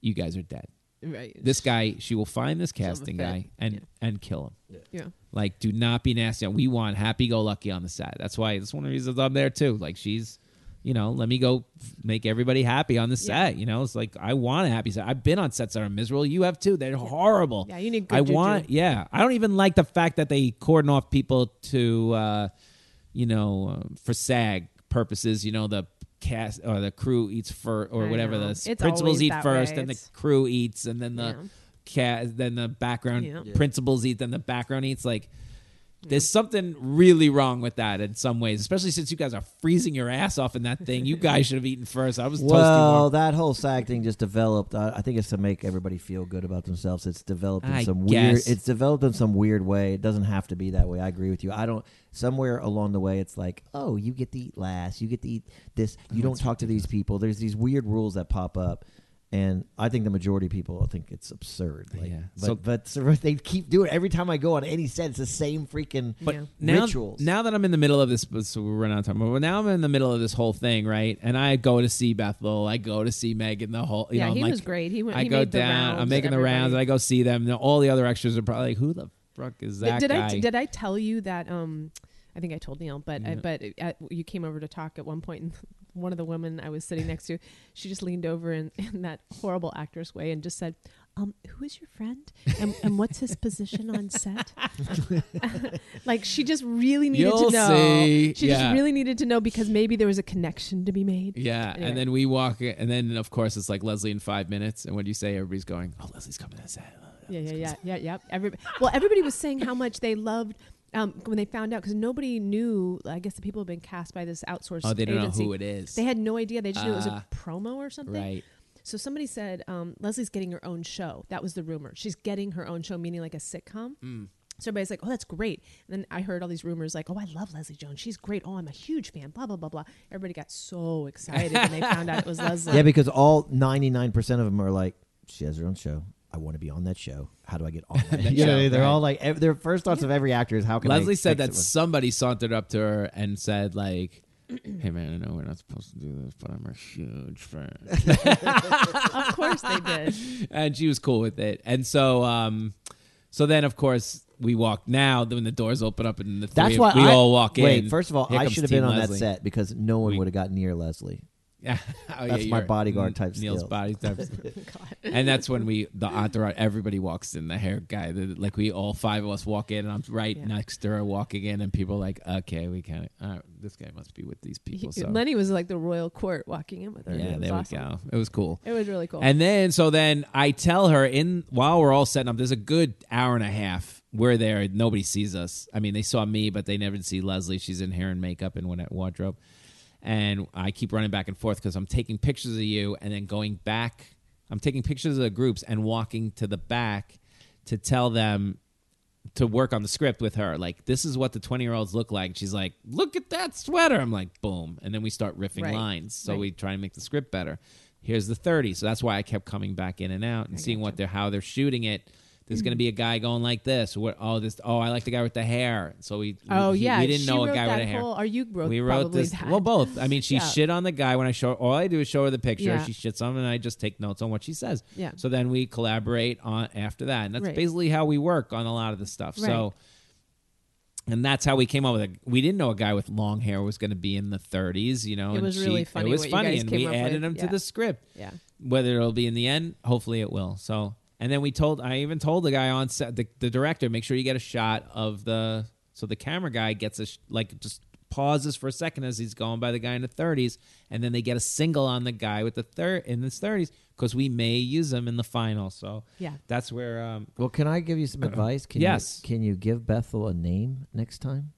you guys are dead.
Right.
This guy, she will find this casting
fit.
guy and and kill him.
Yeah.
Like, do not be nasty. We want happy go lucky on the set. That's why that's one of the reasons I'm there too. Like, she's, you know, let me go f- make everybody happy on the
Yeah.
set. You know, it's like I want a happy set. I've been on sets that are miserable. You have too. They're horrible.
Yeah, you need good
I
juju.
want. Yeah, I don't even like the fact that they cordon off people to, uh, you know, uh, for SAG purposes. You know, the cast or the crew eats first or
I
whatever
know.
the
It's
principals
always
eat
that
first,
way.
then the
It's-
crew eats, and then the
Yeah.
cast, then the background
Yeah. Yeah.
principals eat, then the background eats. Like, There's something really wrong with that in some ways, especially since you guys are freezing your ass off in that thing.
(laughs)
You guys should have eaten first. I was toasty
Well,
warm.
that whole SAG thing just developed. uh, I, I think it's to make everybody feel good about themselves. It's developed in
I
some
guess.
weird. It's developed in some weird way. It doesn't have to be that way. I agree with you. I don't. Somewhere along the way, it's like, oh, you get to eat last. You get to eat this. You don't talk to these people. There's these weird rules that pop up. And I think the majority of people think it's absurd. Like,
Yeah.
But,
So-
but (laughs) so they keep doing it. Every time I go on any set, it's the same freaking
Yeah.
now,
rituals.
Now that I'm in the middle of this, so we're running out of time. But now I'm in the middle of this whole thing, right? And I go to see Beth Lowell. I go to see Megan. The whole, you
Yeah,
know, I'm
he
like,
was great. He went-
I
he
go
made the
down. I'm
rounds,
making the rounds. And
everybody.
I go see them. And all the other extras are probably like, who the fuck is that
did
guy?
I did I tell you that? Um, I think I told Neil, but I, but at, you came over to talk at one point, and (laughs) one of the women I was sitting next to, she just leaned over in, (laughs) in that horrible actress way and just said, "Um, who is your friend, and, and what's his position on
(laughs)
set?" like she just really needed
You'll
to know.
see.
She
Yeah.
just really needed to know because maybe there was a connection to be made.
yeah,
Anyway.
and then we walk, in- and then of course it's like Leslie in five minutes, and what do you say? Everybody's going, "Oh, Leslie's coming to set."
Yeah, yeah, yeah, yeah, yeah. Everybody, well, everybody was saying how much they loved um, when they found out because nobody knew. I guess the people have been cast by this outsourced.
Oh, they don't
agency.
know who it is.
They had no idea. They just knew it was
Ah.
a promo or something.
right.
So somebody said um, Leslie's getting her own show. That was the rumor. She's getting her own show, meaning like a sitcom.
Hmm.
So everybody's like, "Oh, that's great." And then I heard all these rumors like, "Oh, I love Leslie Jones. She's great. Oh, I'm a huge fan." Blah blah blah blah. Everybody got so excited when they found out
(laughs)
it was Leslie.
Yeah, because all ninety nine percent of them are like, she has her own show. I want to be on that show. How do I get on (laughs) that show? You know,
show,
they're
right.
all like, ev- their first thoughts of every actor is how can I
Leslie said
fix it
that
with-
somebody sauntered up to her and said like, "Hey man, I know we're not supposed to do this, but I'm a huge fan." (laughs)
of course they did.
and she was cool with it. And so, um, so then of course we walk now when the doors open up and the three
(laughs) That's
of-
why
we
I,
all walk
wait,
in.
first of all,
Here
I
comes
should have
Team
been on
Leslie.
that set because no one
We-
would have got near Leslie.
Yeah. (laughs) Oh,
That's
yeah,
my
you're-
bodyguard
N-
type
Neil's
skills.
body
(laughs)
type. and that's when we the entourage. Everybody walks in. The hair guy. The, like we all five of us walk in, and I'm right
Yeah.
next to her walking in, and people are like, okay, we kind of uh, this guy must be with these people.
He-
So
Lenny was like the royal court walking in with her.
yeah,
it was
there
awesome.
we go. It was cool.
It was really cool.
And then so then I tell her in while we're all setting up, there's a good hour and a half. We're there, nobody sees us. I mean, they saw me, but they never see Leslie. She's in hair and makeup and one at wardrobe. And I keep running back and forth because I'm taking pictures of you and then going back. I'm taking pictures of the groups and walking to the back to tell them to work on the script with her. Like, this is what the 20 year olds look like. She's like, look at that sweater. I'm like, boom. And then we start riffing
Right.
lines. So
Right.
we try and make the script better. Here's the 30. So that's why I kept coming back in and out and seeing what they're, how they're shooting it. There's going to be a guy going like this. What? Oh, this. Oh, I like the guy with the hair. So we.
Oh,
we,
yeah,
We didn't
she
know a
wrote
guy with
that
a hair.
whole- or you wrote
We wrote
probably
this.
that.
Well, both. I mean, she
Yeah.
shit on the guy when I show. All I do is show her the picture.
Yeah.
She shits on, him, and I just take notes on what she says.
Yeah.
So then we collaborate on after that, and that's
Right.
basically how we work on a lot of the stuff. So
Right.
and that's how we came up with it. We didn't know a guy with long hair was going to be in the 30s, you know.
It
and
was really
she-
funny
It was
what you
funny,
guys
and
came
we
up
added
with.
him to
Yeah.
the script.
Yeah.
Whether it'll be in the end, hopefully it will. So, and then we told, I even told the guy on set, the, the director, make sure you get a shot of the, so the camera guy gets a, sh- like, just pauses for a second as he's going by the guy in the 30s, and then they get a single on the guy with the third in his 30s because we may use him in the final. So,
Yeah.
that's where, um,
Well, can I give you some advice? Can
Yes.
You, can you give Bethel a name next time?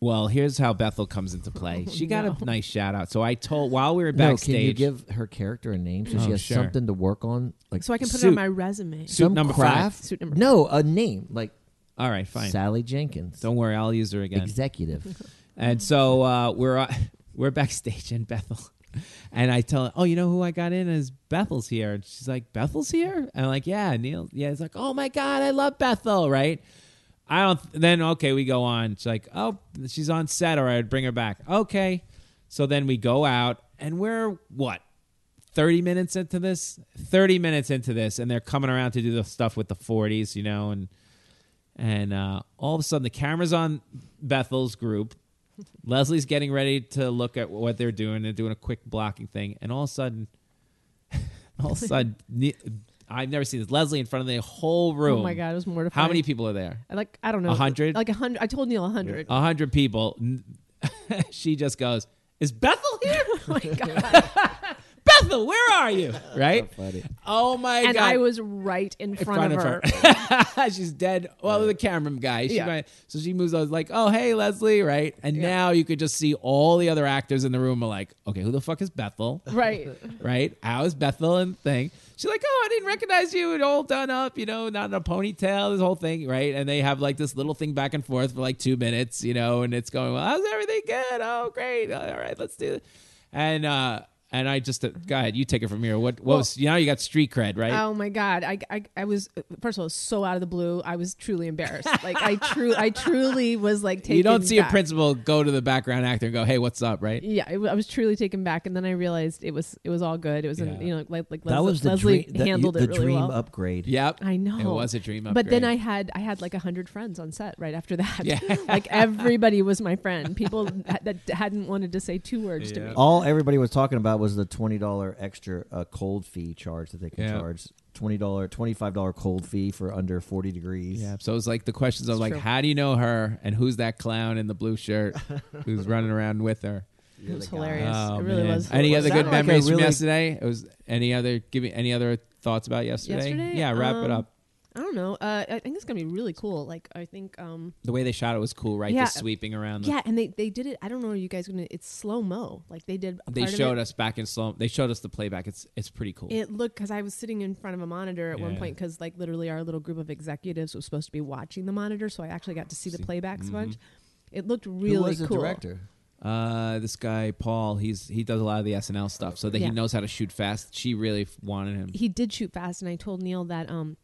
Well, here's how Bethel comes into play. She got a nice shout out. So I told while we were
No, can you
backstage,
give her character a name so
Oh,
she has
sure.
something to work on? Like
so I can put it
Suit.
on my resume.
Suit
some
number five.
craft?
Suit number
No, a name like
all right, fine.
Sally Jenkins,
Don't worry, I'll use her again.
executive.
And so uh, we're uh, (laughs) we're backstage in Bethel, and I tell her, "Oh, you know who I got in is Bethel's here." And she's like, "Bethel's here?" And I'm like, "Yeah, Neil." Yeah, it's like, "Oh my god, I love Bethel!" Right? I don't. Then okay, we go on. She's like, "Oh, she's on set, or I'd bring her back." Okay, so then we go out, and we're what 30 minutes into this 30 minutes into this and they're coming around to do the stuff with the 40s you know and and uh, all of a sudden the camera's on bethel's
(laughs)
group leslie's getting ready to look at what they're doing they're doing a quick blocking thing and all of a sudden (laughs) all of a sudden Ne- i've never seen this leslie in front of the whole room
Oh my god, it was mortifying.
how many people are there
I Like I don't know,
A hundred?
Like a hundred. I told Neil a hundred. (laughs)
a hundred (laughs) (laughs) people she just goes is bethel here
Oh my god,
Ethel, where are you? Right?
(laughs) funny.
Oh my
and
god!
I was right in front, of, her.
(laughs) She's dead. Well, the cameraman guy. She
Yeah.
might- so she moves. I was like, "Oh, hey, Leslie!" Right, and now you could just see all the other actors in the room are like, "Okay, who the fuck is Bethel?"
(laughs) right.
right? I was Bethel and thing. She's like, oh, I didn't recognize you. It all done up, you know, not in a ponytail, this whole thing, right? And they have like this little thing back and forth for like two minutes, you know, and it's going, well, how's everything good? Oh, great. All right, let's do it. And, uh, and I just, uh, go ahead, you take it from here. What, what was, you know, you got street cred, right?
Oh my god! I, I I was first of all so out of the blue. I was truly embarrassed. Like I true I truly was like taken.
you don't see a
back.
principal go to the background actor and go, hey, what's up, right?
Yeah, it, wa- I was truly taken back, and then I realized it was it was all good. It was
Yeah.
an, you know like like
That
Leslie,
was the
Leslie
dream. The,
handled
the
it really
dream
well.
upgrade.
Yep.
I know
It was a dream upgrade.
But then I had I had like a hundred friends on set right after that.
Yeah.
(laughs) like everybody was my friend. People that, that hadn't wanted to say two words to me.
All everybody was talking about was the twenty dollar extra uh, cold fee charge that they can
Yeah.
charge. Twenty dollar, twenty five dollar cold fee for under forty degrees.
Yeah. So it was like the questions of like,
true.
how do you know her, and who's that clown in the blue shirt who's running around with her?
It was hilarious.
Oh,
it really
man.
was.
Any
it
other
was
good
that-
like a
memories from
really-
yesterday? It was any other give me any other thoughts about yesterday?
Yesterday?
Yeah, wrap it
Um,
up.
I don't know. Uh, I think it's gonna be really cool. Like I think. um
The way they shot it was cool, right?
yeah.
the sweeping around. The,
Yeah, and they they did it. I don't know. Are you guys gonna? It's slow mo. Like they did. A
They
part
showed
of it.
us back in slow. They showed us the playback. It's it's pretty cool.
It looked because I was sitting in front of a monitor at one
Yeah.
point because like literally our little group of executives was supposed to be watching the monitor, so I actually got to see the
mm-hmm.
playbacks a bunch. It looked really
Who was the
cool.
director?
uh, this guy Paul, he's he does a lot of the SNL stuff, so that
Yeah.
he knows how to shoot fast. She really f- wanted him.
He did shoot fast, and I told Neil that um.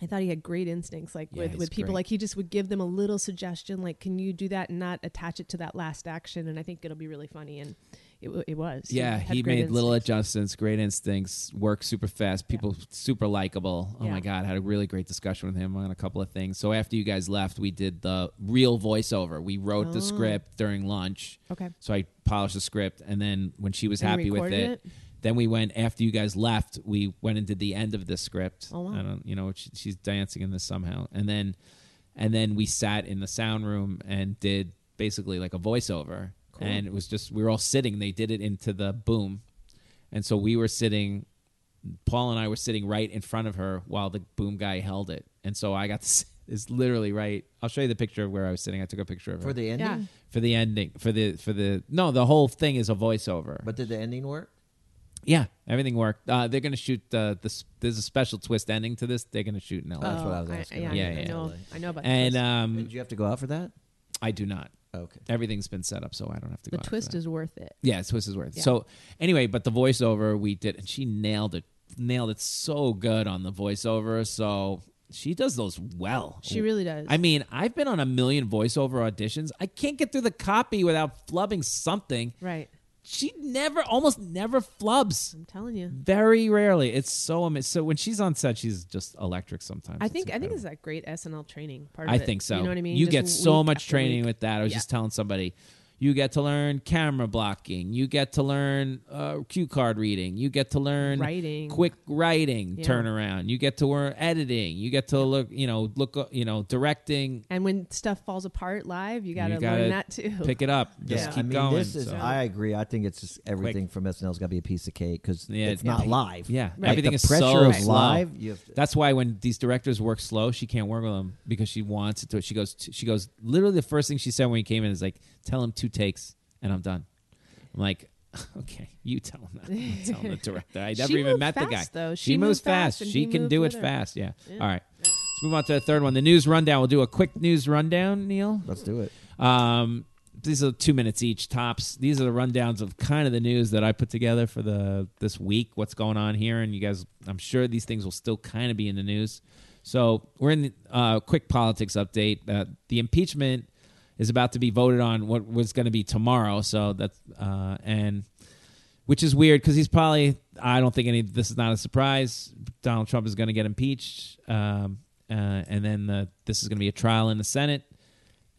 I thought he had great instincts, like
Yeah,
with,
he's
with people.
great.
Like he just would give them a little suggestion, like "Can you do that?" and not attach it to that last action. And I think it'll be really funny. And it, w- it was.
yeah,
had
he
great
made little
instincts.
adjustments, great instincts, worked super fast. People super likable. Oh
Yeah.
my god, had a really great discussion with him on a couple of things. So after you guys left, we did the real voiceover. We wrote the
Oh.
script during lunch.
Okay.
So I polished the script, and then when she was
And
happy with
recorded
it,
it?
then we went after you guys left. We went and did the end of the script.
Oh, wow.
I don't, you know, she, she's dancing in this somehow, and then, and then we sat in the sound room and did basically like a voiceover, and it was just we were all sitting. They did it into the boom, and so we were sitting. Paul and I were sitting right in front of her while the boom guy held it, and so I got to. (laughs) sit- It's literally right. I'll show you the picture of where I was sitting. I took a picture of her
For the ending?
Yeah.
for the ending for the for the no the whole thing is a voiceover
But did the ending work?
yeah everything worked uh, they're gonna shoot the this there's a special twist ending to this they're gonna shoot in LA.
That's what I was asking
yeah,
about.
Yeah,
I,
yeah.
know. I know about Oh, the
and
twist.
um
Did you have to go out for that?
i do not
Okay.
everything's been set up so i don't have to
the
go out for
twist
that.
is worth it.
yeah the twist is worth it.
Yeah.
so anyway but the voiceover we did and she nailed it nailed it so good on the voiceover so she does those well
She really does.
I mean, I've been on a million voiceover auditions. I can't get through the copy without flubbing something.
right.
She never, almost never flubs.
I'm telling you.
Very rarely. It's so amazing. So when she's on set, she's just electric sometimes.
I
It's
think I think it's
incredible.
that great SNL training part.
I
of it.
think so.
You know what I mean?
You
Just
get so
week
much
after
training
week.
with that. I was
Yeah.
just telling somebody, you get to learn camera blocking. You get to learn uh, cue card reading. You get to learn
Writing.
quick writing
Yeah.
turnaround. You get to learn editing. You get to look, you know, look, uh, you know, directing.
And when stuff falls apart live, you got to
you gotta
learn that too.
Pick it up. Just keep
I mean,
going.
this is.
so.
I agree. I think it's just everything from SNL's got to be a piece of cake because
Yeah,
it's
yeah.
not live.
Yeah,
Like,
everything
the
is
pressure
so
of
slow.
live. You have to,
That's why when these directors work slow, she can't work with them because she wants it to. She goes, she goes. Literally, the first thing she said when he came in is like, "Tell him two takes, and I'm done." I'm like, (laughs) "Okay, you tell him that. I'm telling the director. I never
She
even
moved
met the guy.
fast, though.
She,
She
moves
moved fast,
fast.
and
She
he
can
moved
do it
with her.
fast. Yeah. All right. Let's move on to the third one. The news rundown. We'll do a quick news rundown, Neil.
let's do it.
Um, these are two minutes each tops. These are the rundowns of kind of the news that I put together for the this week. What's going on here, and you guys, I'm sure these things will still kind of be in the news. So we're in a uh, quick politics update. Uh, the impeachment is about to be voted on. What was going to be tomorrow? So that's uh, and which is weird because he's probably i don't think any this is not a surprise donald trump is going to get impeached um, uh, and then the, this is going to be a trial in the senate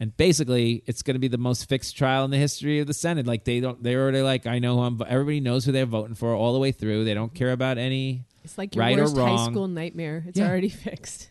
and basically it's going to be the most fixed trial in the history of the senate like they don't they're already like i know who i'm vo- everybody knows who they're voting for all the way through they don't care about any
(laughs) It's like your
right or
worst high
wrong.
school nightmare. It's
Yeah.
already (laughs) fixed.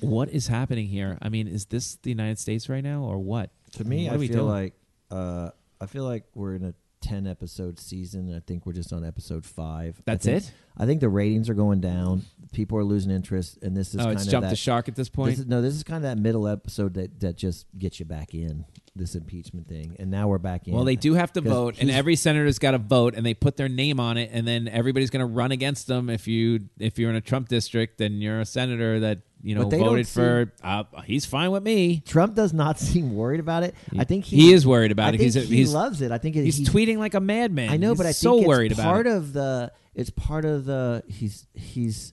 what is happening here i mean is this the united states right now or what
To me,
What
I
are we
feel
doing?
like uh, I feel like we're in a ten episode season. and I think we're just on episode five.
That's
I think,
it?
I think the ratings are going down. People are losing interest, and this is
Oh,
kind
it's
of
jumped
that,
the shark at this point.
This is, no, this is kind of that middle episode that that just gets you back in this impeachment thing, and now we're back in.
Well, they do have to
'Cause
vote, and
he's-
every senator's got to vote, and they put their name on it, and then everybody's going to run against them. If you if you're in a Trump district, then you're a senator that you know
But they don't
voted for. Uh, he's fine with me.
Trump does not (laughs) seem worried about it. I think he,
He is worried about
I
it.
Think
He's a-
he
he's-
loves it. I think it-
He's
he-
tweeting like a madman.
I know,
He's
but I
so
think it's
worried
part
about it.
of the. It's part of the. He's he's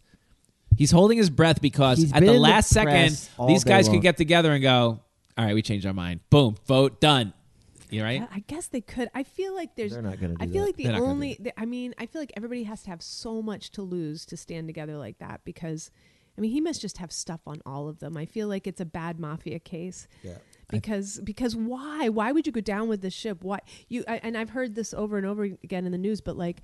He's holding his breath because
He's
at
been
the
in the
last second,
press all
these
day
guys
long.
could get together and go, "All right, we changed our mind. Boom, vote done." You right?
Yeah, I guess they could. I feel like there's.
They're not gonna
I
do
feel
that.
like the
They're not gonna do
only. The, I mean, I feel like everybody has to have so much to lose to stand together like that because, I mean, he must just have stuff on all of them. I feel like it's a bad mafia case.
Yeah.
Because because why why would you go down with the ship? Why you? I, and I've heard this over and over again in the news, but like.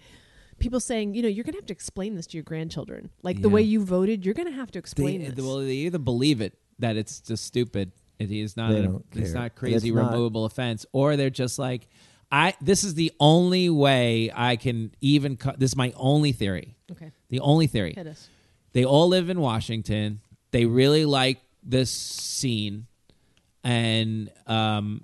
People saying, you know, you're going to have to explain this to your grandchildren. Like the
Yeah.
way you voted, you're going to have to
They,
explain this.
well, they either believe it that it's just stupid. It is not.
They
a-
don't
It's
care.
not crazy
It's not-
removable offense, or they're just like, I. This is the only way I can even. Co- this is my only theory.
okay,
The only theory.
hit us.
They all live in Washington. They really like this scene, and um,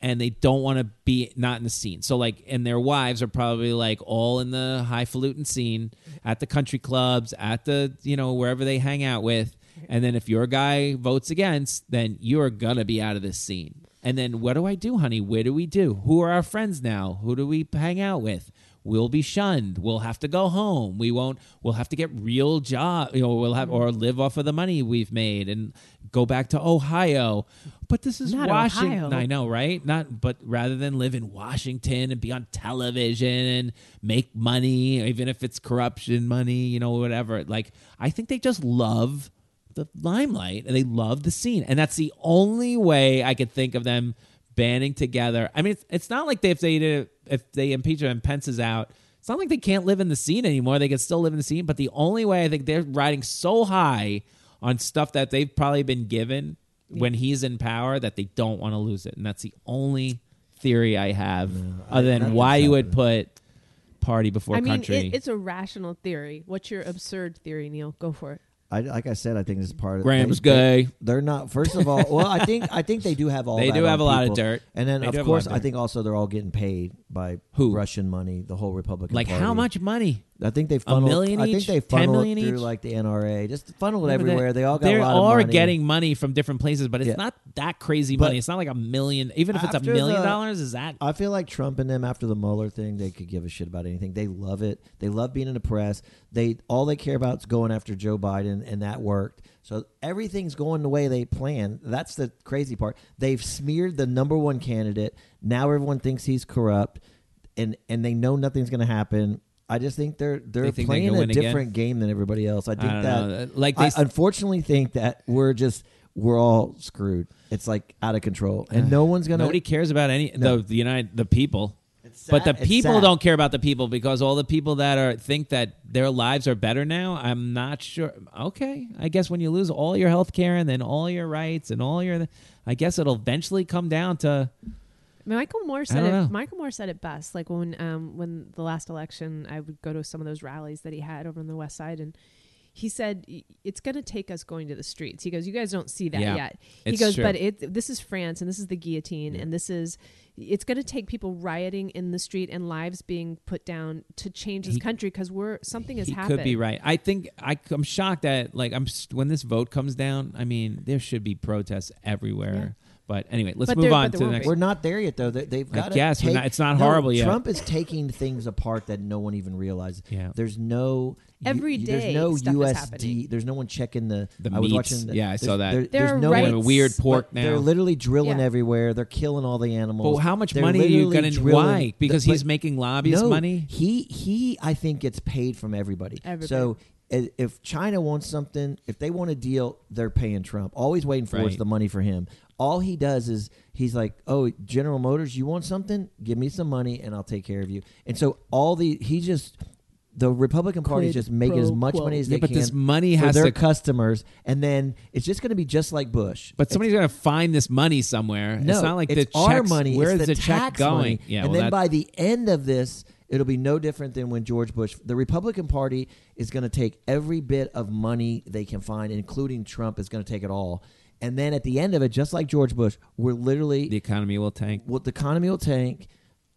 and they don't want to be not in the scene. So like, and their wives are probably like all in the highfalutin scene at the country clubs, at the you know wherever they hang out with. And then if your guy votes against, then you are gonna be out of this scene. And then what do I do, honey? Where do we do? Who are our friends now? Who do we hang out with? We'll be shunned. We'll have to go home. We won't. We'll have to get real job. You know, we'll have or live off of the money we've made and go back to Ohio. But this is
Not
Washington.
Ohio.
I know, right? Not, but rather than live in Washington and be on television and make money, even if it's corruption money, you know, whatever. Like, I think they just love the limelight and they love the scene, and that's the only way I could think of them banding together. I mean, it's, it's not like they if they did, if they impeach him and Pence is out. It's not like they can't live in the scene anymore. They can still live in the scene, but the only way I think they're riding so high on stuff that they've probably been given when he's in power that they don't want to lose it. And that's the only theory I have other than why you would put party before
I mean,
country.
it, it's a rational theory. What's your absurd theory, Neil? Go for it.
I, like I said, I think this is part of
Graham's
they-
gay.
They, are not. First of all, well, I think I think they do have all.
They
that
do
on
have a lot of
people.
dirt.
And then
They do
of
have a lot
course,
of
I
dirt.
think also they're all getting paid by
Who?
Russian money. The whole Republican
like how
Party.
much money?
I think they funneled.
million
I think
each?
they
Ten
funneled
million
through
each?
like the NRA. Just funneled
Yeah, but
everywhere. They all got
they
a lot of
are
money.
getting money from different places, but it's
Yeah.
not that crazy
But
money. It's not like a million. Even if it's a
after
million
the-
dollars, is that
I feel like Trump and them after the Mueller thing, they could give a shit about anything. They love it. They love being in the press. They all they care about is going after Joe Biden, and that worked. So everything's going the way they planned. That's the crazy part. They've smeared the number one candidate. Now everyone thinks he's corrupt, and and they know nothing's going to happen. I just think they're they're
They think they
playing
can
a
win again?
different game than everybody else. I think
don't
that
know. Like they
I
s-
unfortunately think that we're just we're all screwed. It's like out of control, and no one's gonna
nobody cares about any
No.
the, the United the people.
It's
But the
sad- it's
people
sad.
don't care about the people because all the people that are think that their lives are better now. I'm not sure. Okay, I guess when you lose all your health care and then all your rights and all your, I guess it'll eventually come down to
Michael Moore said
don't
it.
know.
Michael Moore said it best. Like when um, when the last election, I would go to some of those rallies that he had over on the west side, and he said "Y- it's going to take us going to the streets. He goes, you guys don't see that
Yeah.
yet. He
It's
goes,
true.
but it this is France and this is the guillotine and this is it's going to take people rioting in the street and lives being put down to change this
He-
country because we're something has
he
happened.
could be right. I think I, am shocked that like I'm s- when this vote comes down. I mean, there should be protests everywhere. But anyway, let's
But
move
there-
on
but
to
there
the
won't
next.
be.
We're not there yet, though. They, they've
I
got to
guess we're
take,
not- it's not
No,
horrible yet.
Trump is taking things apart that no one even realizes.
Yeah.
There's no you-
Every
you-
day
There's no
stuff is
USD.
happening.
there's no one checking the.
The
I was
meats.
watching. The,
Yeah, I
there's-
saw that.
There,
There
there's
are
no
rights.
one-
They have a
weird
but
pork now.
They're literally drilling
Yeah.
everywhere. They're killing all the animals.
But how much
They're
money are you
literally
gonna-
drilling-
why? Because he's
but-
making lobbyist
no,
money?
He he. I think gets paid from everybody.
Everybody.
So. i- If China wants something, if they want a deal, they're paying Trump. Always waiting for is
Right.
the money for him. All he does is he's like, "Oh, General Motors, you want something? Give me some money, and I'll take care of you." And so all the he just the Republican Party
Quid
just make as
pro
much
quo.
money as
Yeah,
they
but
can
this money
for
has
their
to-
customers, and then it's just going to be just like Bush.
But somebody's going to find this money somewhere.
No,
it's not like
it's
the
our
checks-
money.
Where is
it's the,
check
tax
going?
money.
Yeah,
and
well,
then
that-
by the end of this, it'll be no different than when George Bush. The Republican Party is going to take every bit of money they can find, including Trump is going to take it all. And then at the end of it, just like George Bush, we're literally
the economy will tank.
well, the economy will tank.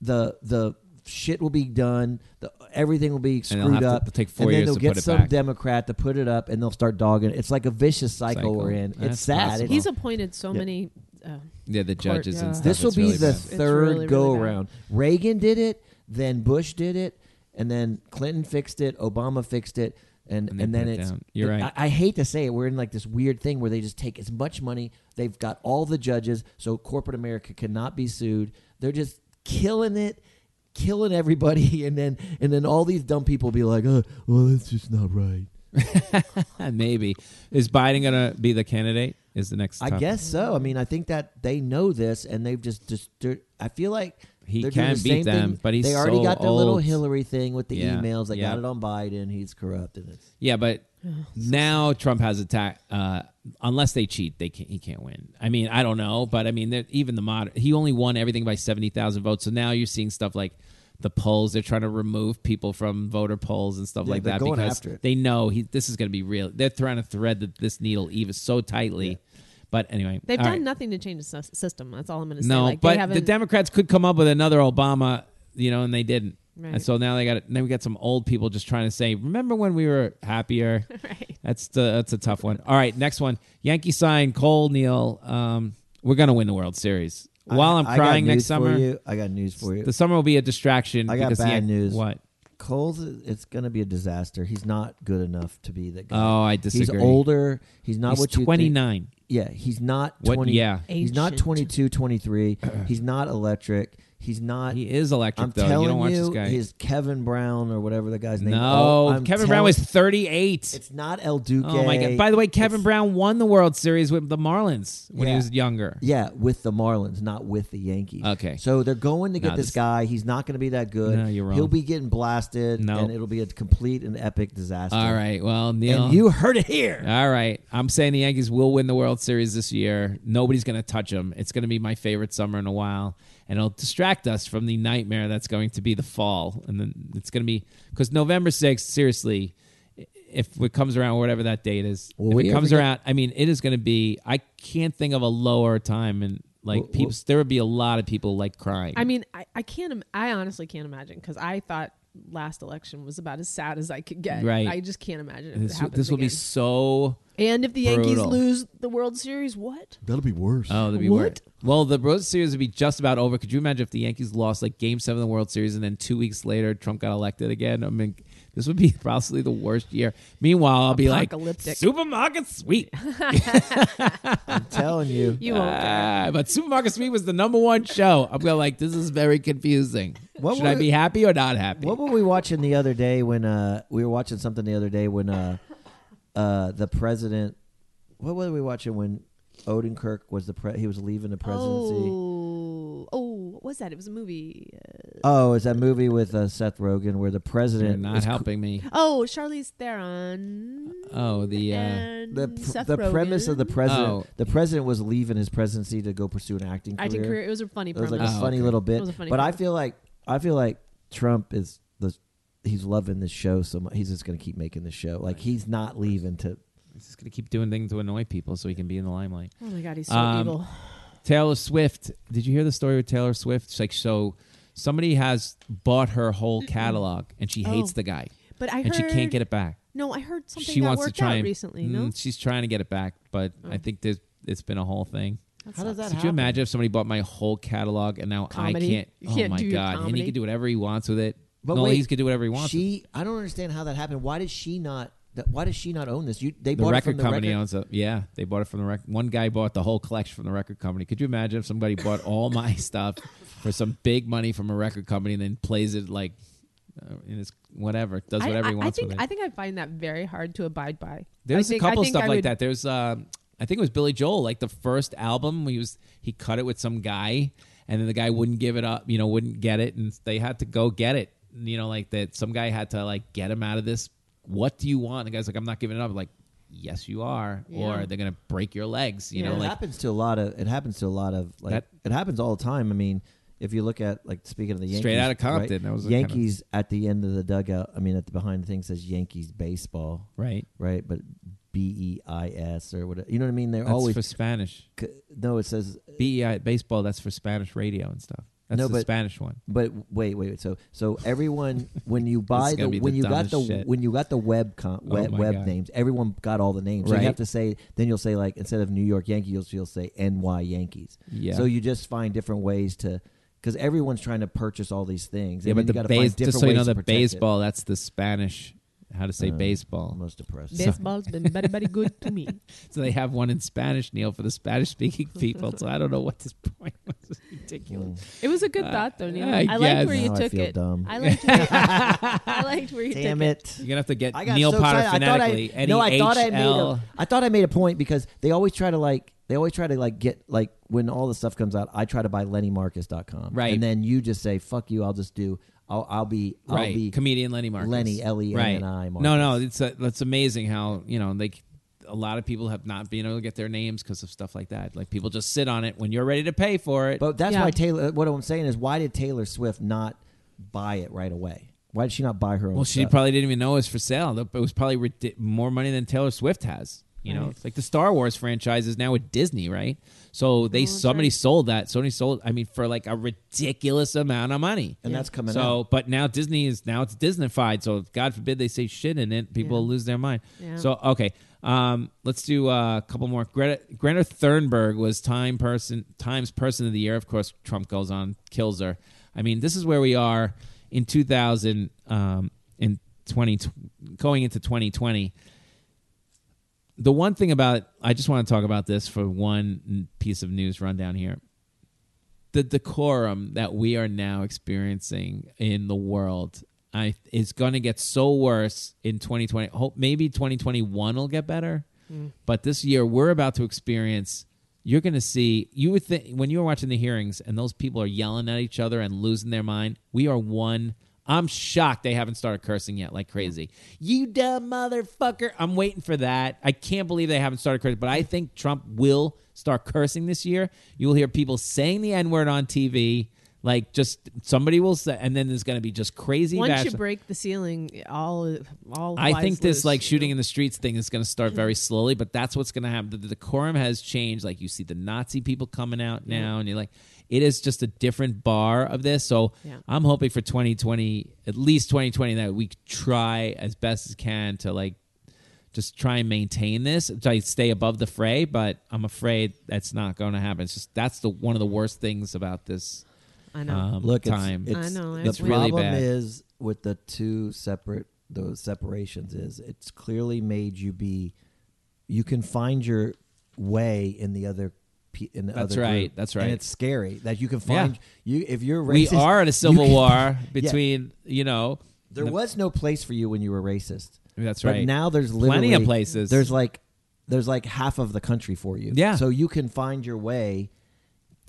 The the shit will be done. The, everything will be
they'll
screwed
have to-
up.
it'll take four
and then
years
they'll
to
get
put it
some
back.
Democrat to put it up, and they'll start dogging. it. It's like a vicious cycle,
Cycle.
we're in.
That's
it's sad.
possible.
It's-
He's appointed so
Yeah.
many. Uh,
Yeah, the
Court,
judges
yeah.
and stuff.
Uh, this will
It's
be
really
the
bad.
It's
third
really, really
go
bad.
around. Reagan did it, then Bush did it, and then Clinton fixed it, Obama fixed it, and
And
and,
they put
then
it
it's.
down. You're right.
I, I hate to say it, we're in like this weird thing where they just take as much money. They've got all the judges, so corporate America cannot be sued. They're just killing it. Killing everybody, (laughs) and then and then all these dumb people be like, "Oh, well, that's just not right."
Maybe is Biden going to be the candidate? Is the next?
I
topic.
guess so. I mean, I think that they know this, and they've just just. they're- I feel like
He
they're
can
doing the
beat
same
them,
thing.
but he's
they already
so
got their little
old.
Hillary thing with the
Yeah,
emails. They
yeah.
got it on Biden. He's corrupt, and it's
Yeah,
(sighs)
but now Trump has a ta- uh Unless they cheat, they can, he can't win. I mean, I don't know, but I mean, that- even the mod he only won everything by seventy thousand votes. So now you're seeing stuff like the polls. They're trying to remove people from voter polls and stuff
Yeah,
like
they're
that
going
because
after it.
they know he, this is going to be real. They're trying to thread the, this needle even so tightly. But anyway,
they've
all
done
right.
nothing to change the sys- system. That's all I'm going to say.
No,
Like, they
but the
haven't-
Democrats could come up with another Obama, you know, and they didn't. And
Right.
so now they got now we got some old people just trying to say, remember when we were
(laughs)
happier?
(laughs) Right.
That's the that's a tough one. All right, next one. Yankee sign Cole Neal. Um, we're gonna win the World Series. While I'm
I- I got
crying
news
next
for
summer,
you. I got news for you.
the summer will be a distraction.
I got
because the
bad
Yan-
news.
What?
Cole's it's going to be a disaster. He's not good enough to be that guy.
Oh, I
He's
disagree.
older. He's not
He's
what you think.
29.
Yeah, he's not
What-
20.
yeah.
He's not
Ancient.
22, 23. he's not electric. He's not
He is electric
I'm
though.
telling
You don't watch this
you,
guy.
his Kevin Brown or whatever the guy's name.
no,
Oh, I'm
Kevin
telling-
Brown was 38.
It's not El Duque.
Oh my god! By the way, Kevin
It's-
Brown won the World Series with the Marlins when he
Yeah.
was younger.
Yeah, with the Marlins, not with the Yankees.
Okay.
So they're going to get
No,
this,
this-
guy. He's not going to be that good.
No, you're wrong.
He'll be getting blasted,
No.
and it'll be a complete and epic disaster.
All right. Well, Neil,
And you heard it here.
All right. I'm saying the Yankees will win the World Series this year. Nobody's going to touch them. It's going to be my favorite summer in a while. And it'll distract us from the nightmare that's going to be the fall. And then it's going to be because November 6th, seriously, if it comes around, whatever that date is,
Will
if
we
it
ever
comes
get-
around, I mean, it is going to be, I can't think of a lower time. And like,
Will-
people, there would be a lot of people like crying.
I mean, I, I can't. im- I honestly can't imagine because I thought last election was about as sad as I could get.
Right.
I just can't imagine if
this,
it happens
this will be
again.
so.
And if the Yankees
brutal.
lose the World Series, what?
That'll be worse.
Oh, that'd be
What?
worse. Well, the World Series would be just about over. Could you imagine if the Yankees lost like Game Seven of the World Series, and then two weeks later Trump got elected again? I mean, this would be (laughs) possibly the worst year. Meanwhile, I'll be like
Apocalyptic.
supermarket sweep.
(laughs)
I'm telling
(laughs)
you.
You won't.
Ah, but supermarket sweep was the number one show. I'm going like, this is very confusing.
What
Should
were-
I be happy or not happy?
What were we watching the other day when uh, we were watching something the other day when uh, uh, the president? What were we watching when Odenkirk was the pre- he was leaving the presidency?
Oh, oh, what was that? It was a movie. Uh,
Oh, is that movie with uh, Seth Rogen where the
You're
president
not
is cr-
helping me.
oh, Charlize Theron.
Oh, the, uh,
and
the pr-
Seth
the premise of the
Rogen.
president
Oh.
the president was leaving his presidency to go pursue an acting career.
acting career. It was a funny
It was
premise.
like
Oh,
a funny
okay.
little bit,
It was a funny
but I
premise.
feel like I feel like Trump is the he's loving this show so much. He's just going to keep making this show. Like he's not leaving to
He's just gonna keep doing things to annoy people so he can be in the limelight.
Oh my god, he's so
Um,
evil.
Taylor Swift. Did you hear the story with Taylor Swift? It's like so somebody has bought her whole catalog and she
Oh.
hates the guy.
But I
and she can't
heard-
get it back.
No, I heard something
she
got
wants to
worked
try
out
and,
recently.
Mm,
No, Oh.
she's trying to get it back, but I think there's it's been a whole thing.
How does that
Could you imagine if somebody bought my whole catalog and now
Comedy.
I can't?
You
oh
can't
my
do your
god! And he
comedy.
can do whatever he wants with it.
But
no,
wait,
he could do whatever he wants. with it.
She I don't understand how that happened. Why did she not that, why does she not own this? You they
the
bought it
record
from the
company
record.
owns it. Yeah, they bought it from the record. One guy bought the whole collection from the record company. Could you imagine if somebody bought all my (laughs) stuff for some big money from a record company and then plays it like uh, in his whatever, does
I,
whatever
I,
he wants
I think
with it?
I think I find that very hard to abide by.
There's
I think,
a couple
I think
stuff
I
like
would- (laughs)
that. There's uh, I think it was Billy Joel, like the first album he was he cut it with some guy and then the guy wouldn't give it up, you know, wouldn't get it and they had to go get it. you know, like that some guy had to like get him out of this. What do you want? And the guy's like, I'm not giving it up. like, yes, you are,
Yeah.
or they're gonna break your legs. You
Yeah.
know,
It
it
like
happens to a lot of. It happens to a lot of. Like
That-
it happens all the time. I mean, if you look at like speaking of the Yankees,
Straight outta Compton,
right?
that was a kind of-
Yankees at the end of the dugout. I mean, at the behind the thing says Yankees baseball,
right.
right? But B E I S or whatever. You know what I mean? They're
That's
always
for Spanish.
c- no. It says
BEI baseball. That's for Spanish radio and stuff. That's
No,
the
but-
Spanish one.
But wait, wait, wait. So, so everyone when
(laughs)
you
This
buy
is
the
gonna be
when
the
you got the
dumbest shit.
when you got the web con,
Oh
web,
my
web
God.
names, everyone got all the names. So
Right.
you have to say then you'll say like instead of New York Yankees, you'll, you'll say NY Yankees.
Yeah.
So you just find different ways to because everyone's trying to purchase all these things.
Yeah,
and
but
then
the
you gotta
base,
find different
just so you
ways
know,
to
the
protect it.
baseball. That's the Spanish. How to say
Uh,
baseball.
Most depressed.
Baseball's been very, very good to me.
So they have one in Spanish, Neil, for the Spanish speaking people. So I don't know what this point was. It's ridiculous.
Mm.
It was a good
Uh,
thought, though, Neil.
I
I, liked where
guess.
you
Now I
took
feel
it.
dumb.
I liked. Where you,
(laughs)
I liked where you
Damn
took it.
it.
You're gonna have to get
I got
Neil
so
Potter
excited. I thought I-
phonetically.
no, I thought I made
N-E-H-L.
a, I thought I made a point because they always try to like they always try to like get like when all the stuff comes out, I try to buy LennyMarcus.com.
Right.
And then you just say, fuck you, I'll just do I'll I'll be I'll
right?
be
Comedian Lenny E Marcus.
Lenny, L-E-N-N-I
Right.
Marcus.
No, no, it's uh that's amazing how you know they. c- A lot of people have not been able to get their names because of stuff like that. Like people just sit on it when you're ready to pay for it.
But that's
Yeah.
why Taylor what I'm saying is why did Taylor Swift not buy it right away? Why did she not buy her own
well, she
stuff?
probably didn't even know it was for sale. It was probably ridi- more money than Taylor Swift has. You know, it's like the Star Wars franchise is now with Disney, right? So they somebody sold that. Sony sold. I mean, for like a ridiculous amount of money.
and that's coming
so,
out.
but now Disney is now it's Disneyfied. So God forbid they say shit in it, people
Yeah.
will lose their mind.
Yeah.
So okay, um, let's do uh, a couple more. Greta, Greta Thunberg was Time person, Times Person of the Year. Of course, Trump goes on kills her. I mean, this is where we are in 2000, um, in 20, going into 2020 the one thing about I just want to talk about this for one piece of news rundown here. The decorum that we are now experiencing in the world I, is going to get so worse in 2020. Hope maybe 2021 will get better, but this year we're about to experience. You're going to see. You would think when you were watching the hearings and those people are yelling at each other and losing their mind. We are one. I'm shocked they haven't started cursing yet like crazy. You dumb motherfucker. I'm waiting for that. I can't believe they haven't started cursing, but I think Trump will start cursing this year. You will hear people saying the N word on TV. Like just somebody will say, and then there's going to be just crazy.
Once
bash-
you break the ceiling, all all.
I
flies
think this
loose,
like
you
shooting
know?
in the streets thing is going to start
(laughs)
very slowly, but that's what's going to happen. The, the decorum has changed. Like you see the Nazi people coming out now, and you're like, it is just a different bar of this. So
Yeah.
I'm hoping for 2020, at least 2020, that we try as best as can to like just try and maintain this, try to stay above the fray. But I'm afraid that's not going to happen. It's just that's the one of the worst things about this
I know.
um,
Look, it's,
time.
it's-
I know,
The
it's
really
problem
bad.
is with the two separate those separations is it's clearly made you be. You can find your way in the other. pe- In the
That's
other
right,
group.
that's right.
And it's scary that you can
Yeah.
find you if you're
we
racist.
are in a
you
civil
can-
war
(laughs) Yeah.
between you know.
there was no place for you when you were racist.
That's
But
right.
now there's literally
Plenty of places.
There's like there's like half of the country for you.
Yeah.
So you can find your way.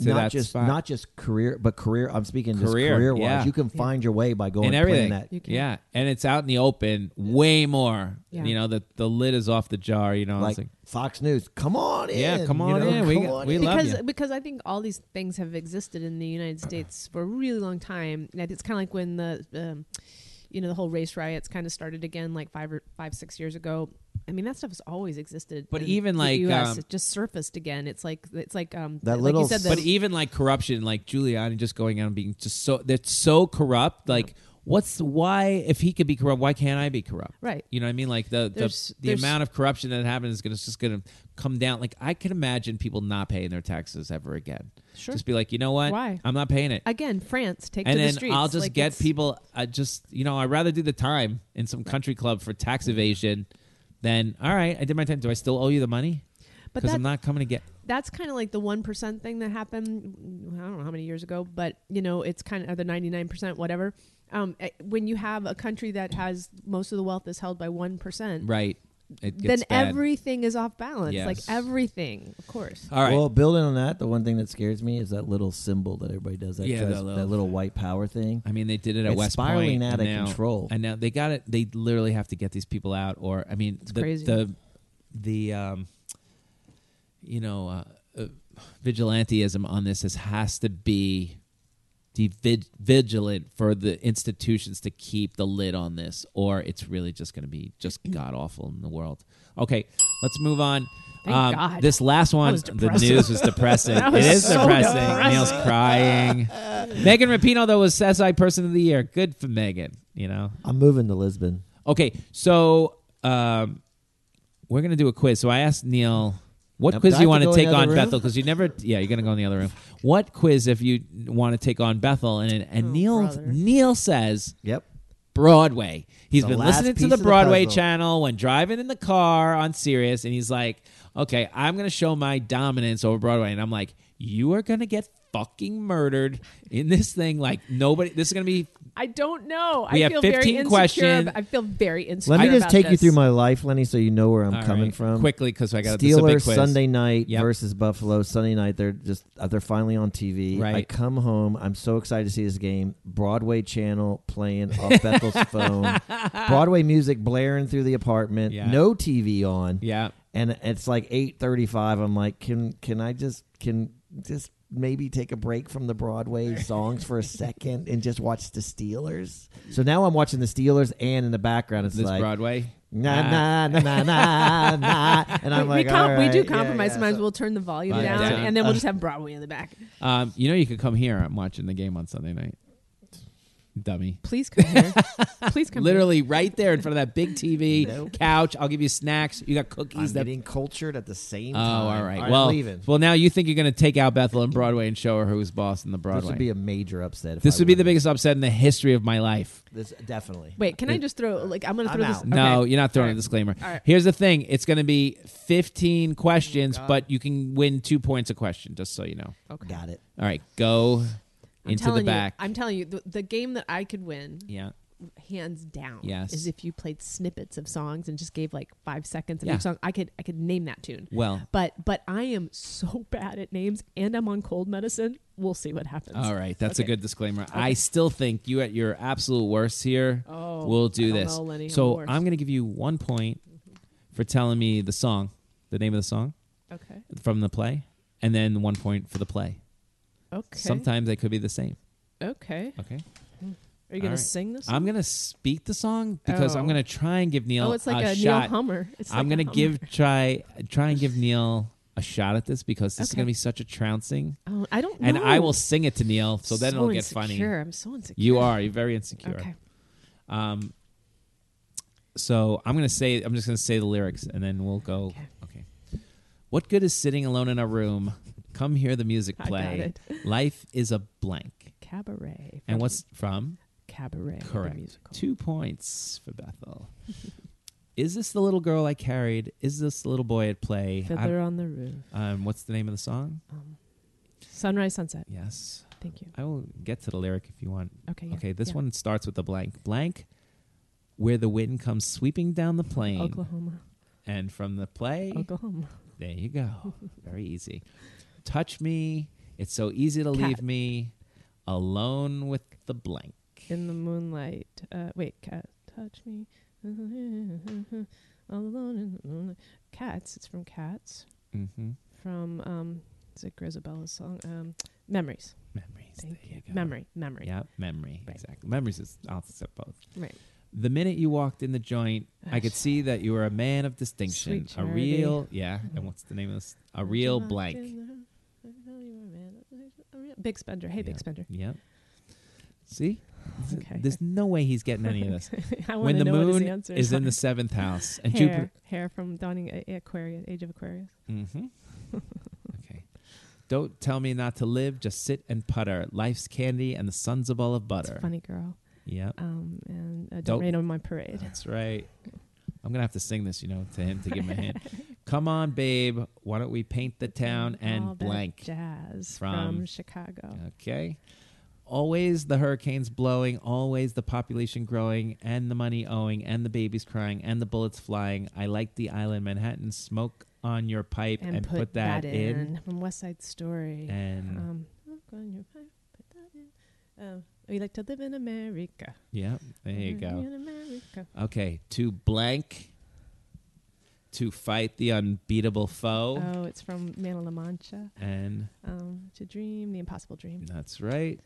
To
not
that
just
spot.
not just career, but career. I'm speaking just
Career,
career wise.
yeah.
You can find your way by going
and
and playing
everything.
that.
You can.
Yeah, and it's out in the open way more.
Yeah.
You know, the the lid is off the jar. You know,
Like
it's like,
Fox News, come on in.
Yeah, come
you
on
know,
in. We
come
got-
on
we
in.
love
because
you.
because I think all these things have existed in the United States for a really long time. And it's kind of like when the um, you know the whole race riots kind of started again, like five or five six years ago. I mean that stuff has always existed.
But
in
even
the
like,
US,
um,
it just surfaced again. It's like it's like um
That
like
little
you said, the,
but even like corruption, like Giuliani just going out and being just so they're so corrupt. Like, what's why if he could be corrupt, why can't I be corrupt?
Right.
You know what I mean? Like the
There's-
the, the
there's-
amount of corruption that happened is gonna it's just gonna come down. Like I can imagine people not paying their taxes ever again.
Sure.
Just be like, you know what?
Why?
I'm not paying it.
again France take
and
to
then
the streets.
I'll just
Like,
get
it's-
people. I just you know I'd rather do the time in some country club for tax evasion than all right. I did my time. Do I still owe you the money?
But
Because I'm
that-
not coming to get.
that's kind of like the one percent thing that happened. I don't know how many years ago, but you know, it's kind of or the ninety nine percent, whatever. Um, eh, when you have a country that has most of the wealth is held by one percent,
Right. it
then
gets bad.
everything is off balance. Like
Yes.
everything, of course.
All right.
Well, building on that, the one thing that scares me is that little symbol that everybody does. That
Yeah,
tries-
that little-
that little white power thing.
I mean, they did it at
It's
West
spiraling
Point,
out
and
of
now-
control.
And now they got it. They literally have to get these people out, or I mean, the,
crazy.
the the um, you know, uh, uh, vigilanteism on this is, has to be de- vig- vigilant for the institutions to keep the lid on this, or it's really just going to be just
Mm.
god awful in the world. Okay, let's move on. Um,
Thank God.
This last one,
was
the
depressing.
news was depressing.
(laughs) That
it
was
is
so
depressing.
depressing.
Neil's crying.
(laughs)
Megan Rapinoe though was SI Person of the Year. Good for Megan. You know.
I'm moving to Lisbon.
Okay, so um, we're gonna do a quiz. So I asked Neil what
Now,
quiz
do I
you want
have
to
to go in
take
the other
on
room?
Bethel because you never. Yeah, you're gonna go in the other room. What quiz if you want to take on Bethel? And and
Oh,
Neil
brother.
Neil says
Yep.
Broadway. He's
The
been
last
listening
piece
to the
of the
Broadway
puzzle.
channel when driving in the car on Sirius, and he's like, okay, I'm going to show my dominance over Broadway. And I'm like, you are going to get fucking murdered in this thing. Like, nobody, this is going to be,
I don't know.
We
I
have
feel
15
very insecure.
questions.
ab- I feel very insecure.
Let me just
about
take you
this.
through my life, Lenny, so you know where I'm
All
coming
right,
from.
Quickly, because I got this is a big
Steelers
quiz.
Sunday night
Yep.
versus Buffalo Sunday night. They're just uh, they're finally on TV. I
Right.
come home. I'm so excited to see this game. Broadway channel playing
(laughs)
off Bethel's phone. Broadway music blaring through the apartment.
Yeah.
No TV on.
Yeah.
And it's like eight thirty-five. I'm like, can can I just can just maybe take a break from the Broadway
(laughs)
songs for a second and just watch the Steelers? So now I'm watching the Steelers, and in the background it's
This
like
Broadway.
na
Ah.
na na na na na,
(laughs)
and
we,
I'm like,
we, com-
all
we do
right, yeah,
compromise.
yeah,
Sometimes
so-
we'll turn the volume
Volume
down,
down.
and then we'll just have Broadway in the back.
Um, you know, you could come here. I'm watching the game on Sunday night. Dummy.
Please come here. Please come.
Literally right there in front of that big
(laughs)
TV
Nope.
couch. I'll give you snacks. You got
I'm
cookies. that
getting cultured at the same
Oh,
time.
all right.
I'm
well,
leaving.
well, now you think you're going to take out Bethel and Broadway and show her who's boss in the Broadway.
this would be a major upset. If
This
I
would be the
won.
biggest upset in the history of my life.
This definitely.
here. Wait, can I just throw? Like, I'm gonna
I'm
throw this.
out.
No,
okay.
you're not throwing
All
a
right.
disclaimer.
All right. Oh,
Here's the thing: it's going to be 15 questions, but you can win two points a question, just so you know.
Okay.
Got it.
All right, go
I'm
into the
telling
back.
You, I'm telling you, the, the game that I could win,
yeah,
hands down,
Yes.
is if you played snippets of songs and just gave like five seconds of
Yeah.
each song. I could I could name that tune.
Well.
but but I am so (laughs) bad at names, and I'm on cold medicine. We'll see what happens.
all right. That's a
Okay.
good disclaimer. I still think you at your absolute worst here.
Oh,
we'll
I
do
don't
this.
know, Lenny, I'm the
so
worst.
I'm going to give you one point for telling me the song, the name of the song
Okay.
from the play, and then one point for the play.
Okay.
Sometimes they could be the same.
Okay.
Okay.
Are you gonna
All right.
sing this?
I'm gonna speak the song because I'm
Oh.
gonna try and give Neil.
oh, it's like a, Neil
shot.
Hummer. It's
I'm
like
gonna
a Hummer.
give try try and give Neil a shot at this because this is
Okay.
gonna be such a trouncing,
Oh, I don't.
and
know.
I will sing it to Neil. So then
so
it'll get
insecure.
funny.
I'm so insecure.
You are you're very insecure.
Okay.
Um. So I'm gonna say I'm just gonna say the lyrics and then we'll go.
Okay.
Okay. What good is sitting alone in a room? Come hear the music
(laughs) I got
play.
it.
Life is a blank.
Cabaret.
And
from
what's from?
cabaret? the
Correct.
musical.
Two points for Bethel. (laughs) Is this the little girl I carried? Is this the little boy at play?
Fiddler on the roof. Um,
I'm- um, what's the name of the song?
Sunrise, sunset.
Yes.
Thank you.
I will get to the lyric if you want.
Okay. yeah,
Okay, this
yeah.
one starts with a blank. Blank, where the wind comes sweeping down the plain.
Oklahoma.
And from the play,
Oklahoma.
there you
(laughs)
go. Very easy. Touch me. It's so easy to leave
Cat.
me alone with the blank.
In the moonlight. Uh, wait, cat, touch me. (laughs) Alone in the moonlight. Cats. It's from Cats.
hmm
From um, is it Grisabella's song? Um, memories.
Memories.
Thank
there you go.
Memory. Memory.
Yeah, memory.
Right.
Exactly. Memories is I'll accept both.
Right.
The minute you walked in the joint, I could see that you were a man of distinction,
Sweet
a real yeah. And what's the name of this? A real blank.
Big spender. Hey,
Yeah.
big spender.
Yep. See, Th-
Okay.
there's no way he's getting any of this.
(laughs) I
when
want
the
to know what his
moon
answer
is in the
are.
seventh house and
hair, (laughs)
Jupiter.
hair from dawning A- Aquarius, Age of Aquarius.
Mm-hmm. okay. Don't tell me not to live. Just sit and putter. Life's candy and the sun's a ball of
It's
butter.
a funny girl.
Yep.
Um, and uh, don't,
Don't-
rain on my parade.
That's right. I'm gonna have to sing this, you know, to him to give him a
(laughs)
hint. Come on, babe. Why don't we paint the town and
All that
blank?
jazz
From- uh,
from, Chicago.
Okay. always the hurricanes blowing, always the population growing, and the money owing, and the babies crying, and the bullets flying. I like the island Manhattan. Smoke on your pipe and, put, that, in.
From West Side Story.
And
um, smoke on your pipe, put that in. Um, we like to live in America.
yeah, there you go.
In America.
Okay, to blank, to fight the unbeatable foe,
Oh, it's from Man of La Mancha.
and
Um, to dream the impossible dream.
that's right.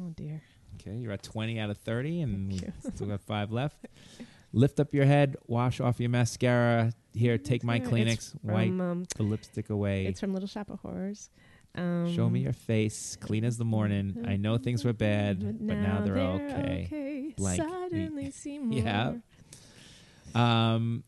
Oh dear.
Okay, you're at 20 out of 30, and we
Thank (laughs)
still got five left. Lift up your head, wash off your mascara. Here, take my
Mascara.
Kleenex,
It's
wipe
From, um,
the lipstick away.
it's from Little Shop of Horrors. Um,
Show me your face, clean as the
(laughs) Mm-hmm.
morning. I know things were bad, but now, they're, okay. Blank.
Suddenly see more.
(laughs) Yeah. Um,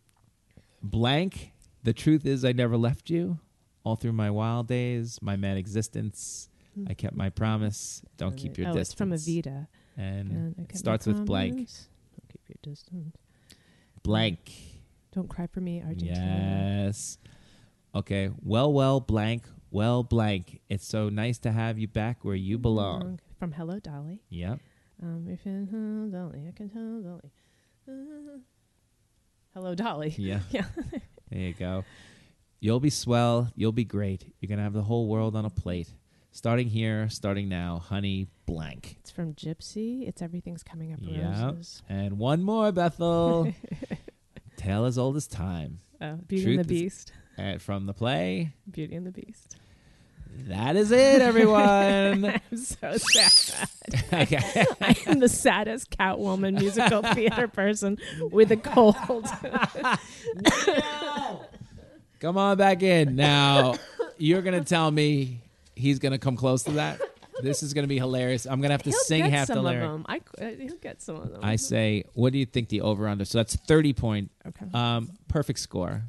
blank. The truth is, I never left you. All through my wild days, my mad existence, I kept my promise. Don't keep your
oh,
distance.
it's from Evita.
And
And I kept
it
my
starts with blank.
promise. Don't keep your distance.
Blank.
Don't cry for me, Argentina.
Yes. Okay. Well, well, blank. Well, blank. It's so nice to have you back where you belong.
From Hello Dolly.
Yep.
Um, if you hello Dolly, I can tell Dolly. Uh, (laughs) hello Dolly.
Yeah.
(laughs) Yeah.
there you go. You'll be swell. You'll be great. You're going to have the whole world on a plate. Starting here, starting now, honey, blank.
It's from Gypsy. It's everything's coming up
Yep.
roses.
And one more,
(laughs)
Bethel. Tale as old as time.
Oh, Beauty and the
Truth is-
Beast.
And from the play,
Beauty and the Beast. (laughs)
that is it, everyone.
I'm so sad.
okay.
I am the saddest Catwoman
(laughs)
musical theater person with a cold.
Come on back in. Now, you're going to tell me he's going to come close to that. This is going to be hilarious. I'm going to have to
(laughs) He'll
sing
get
half
some
the
of
lyric.
them. I, uh, he'll get some of them.
I say, what do you think the over under? So that's 30 point.
okay.
Um, perfect score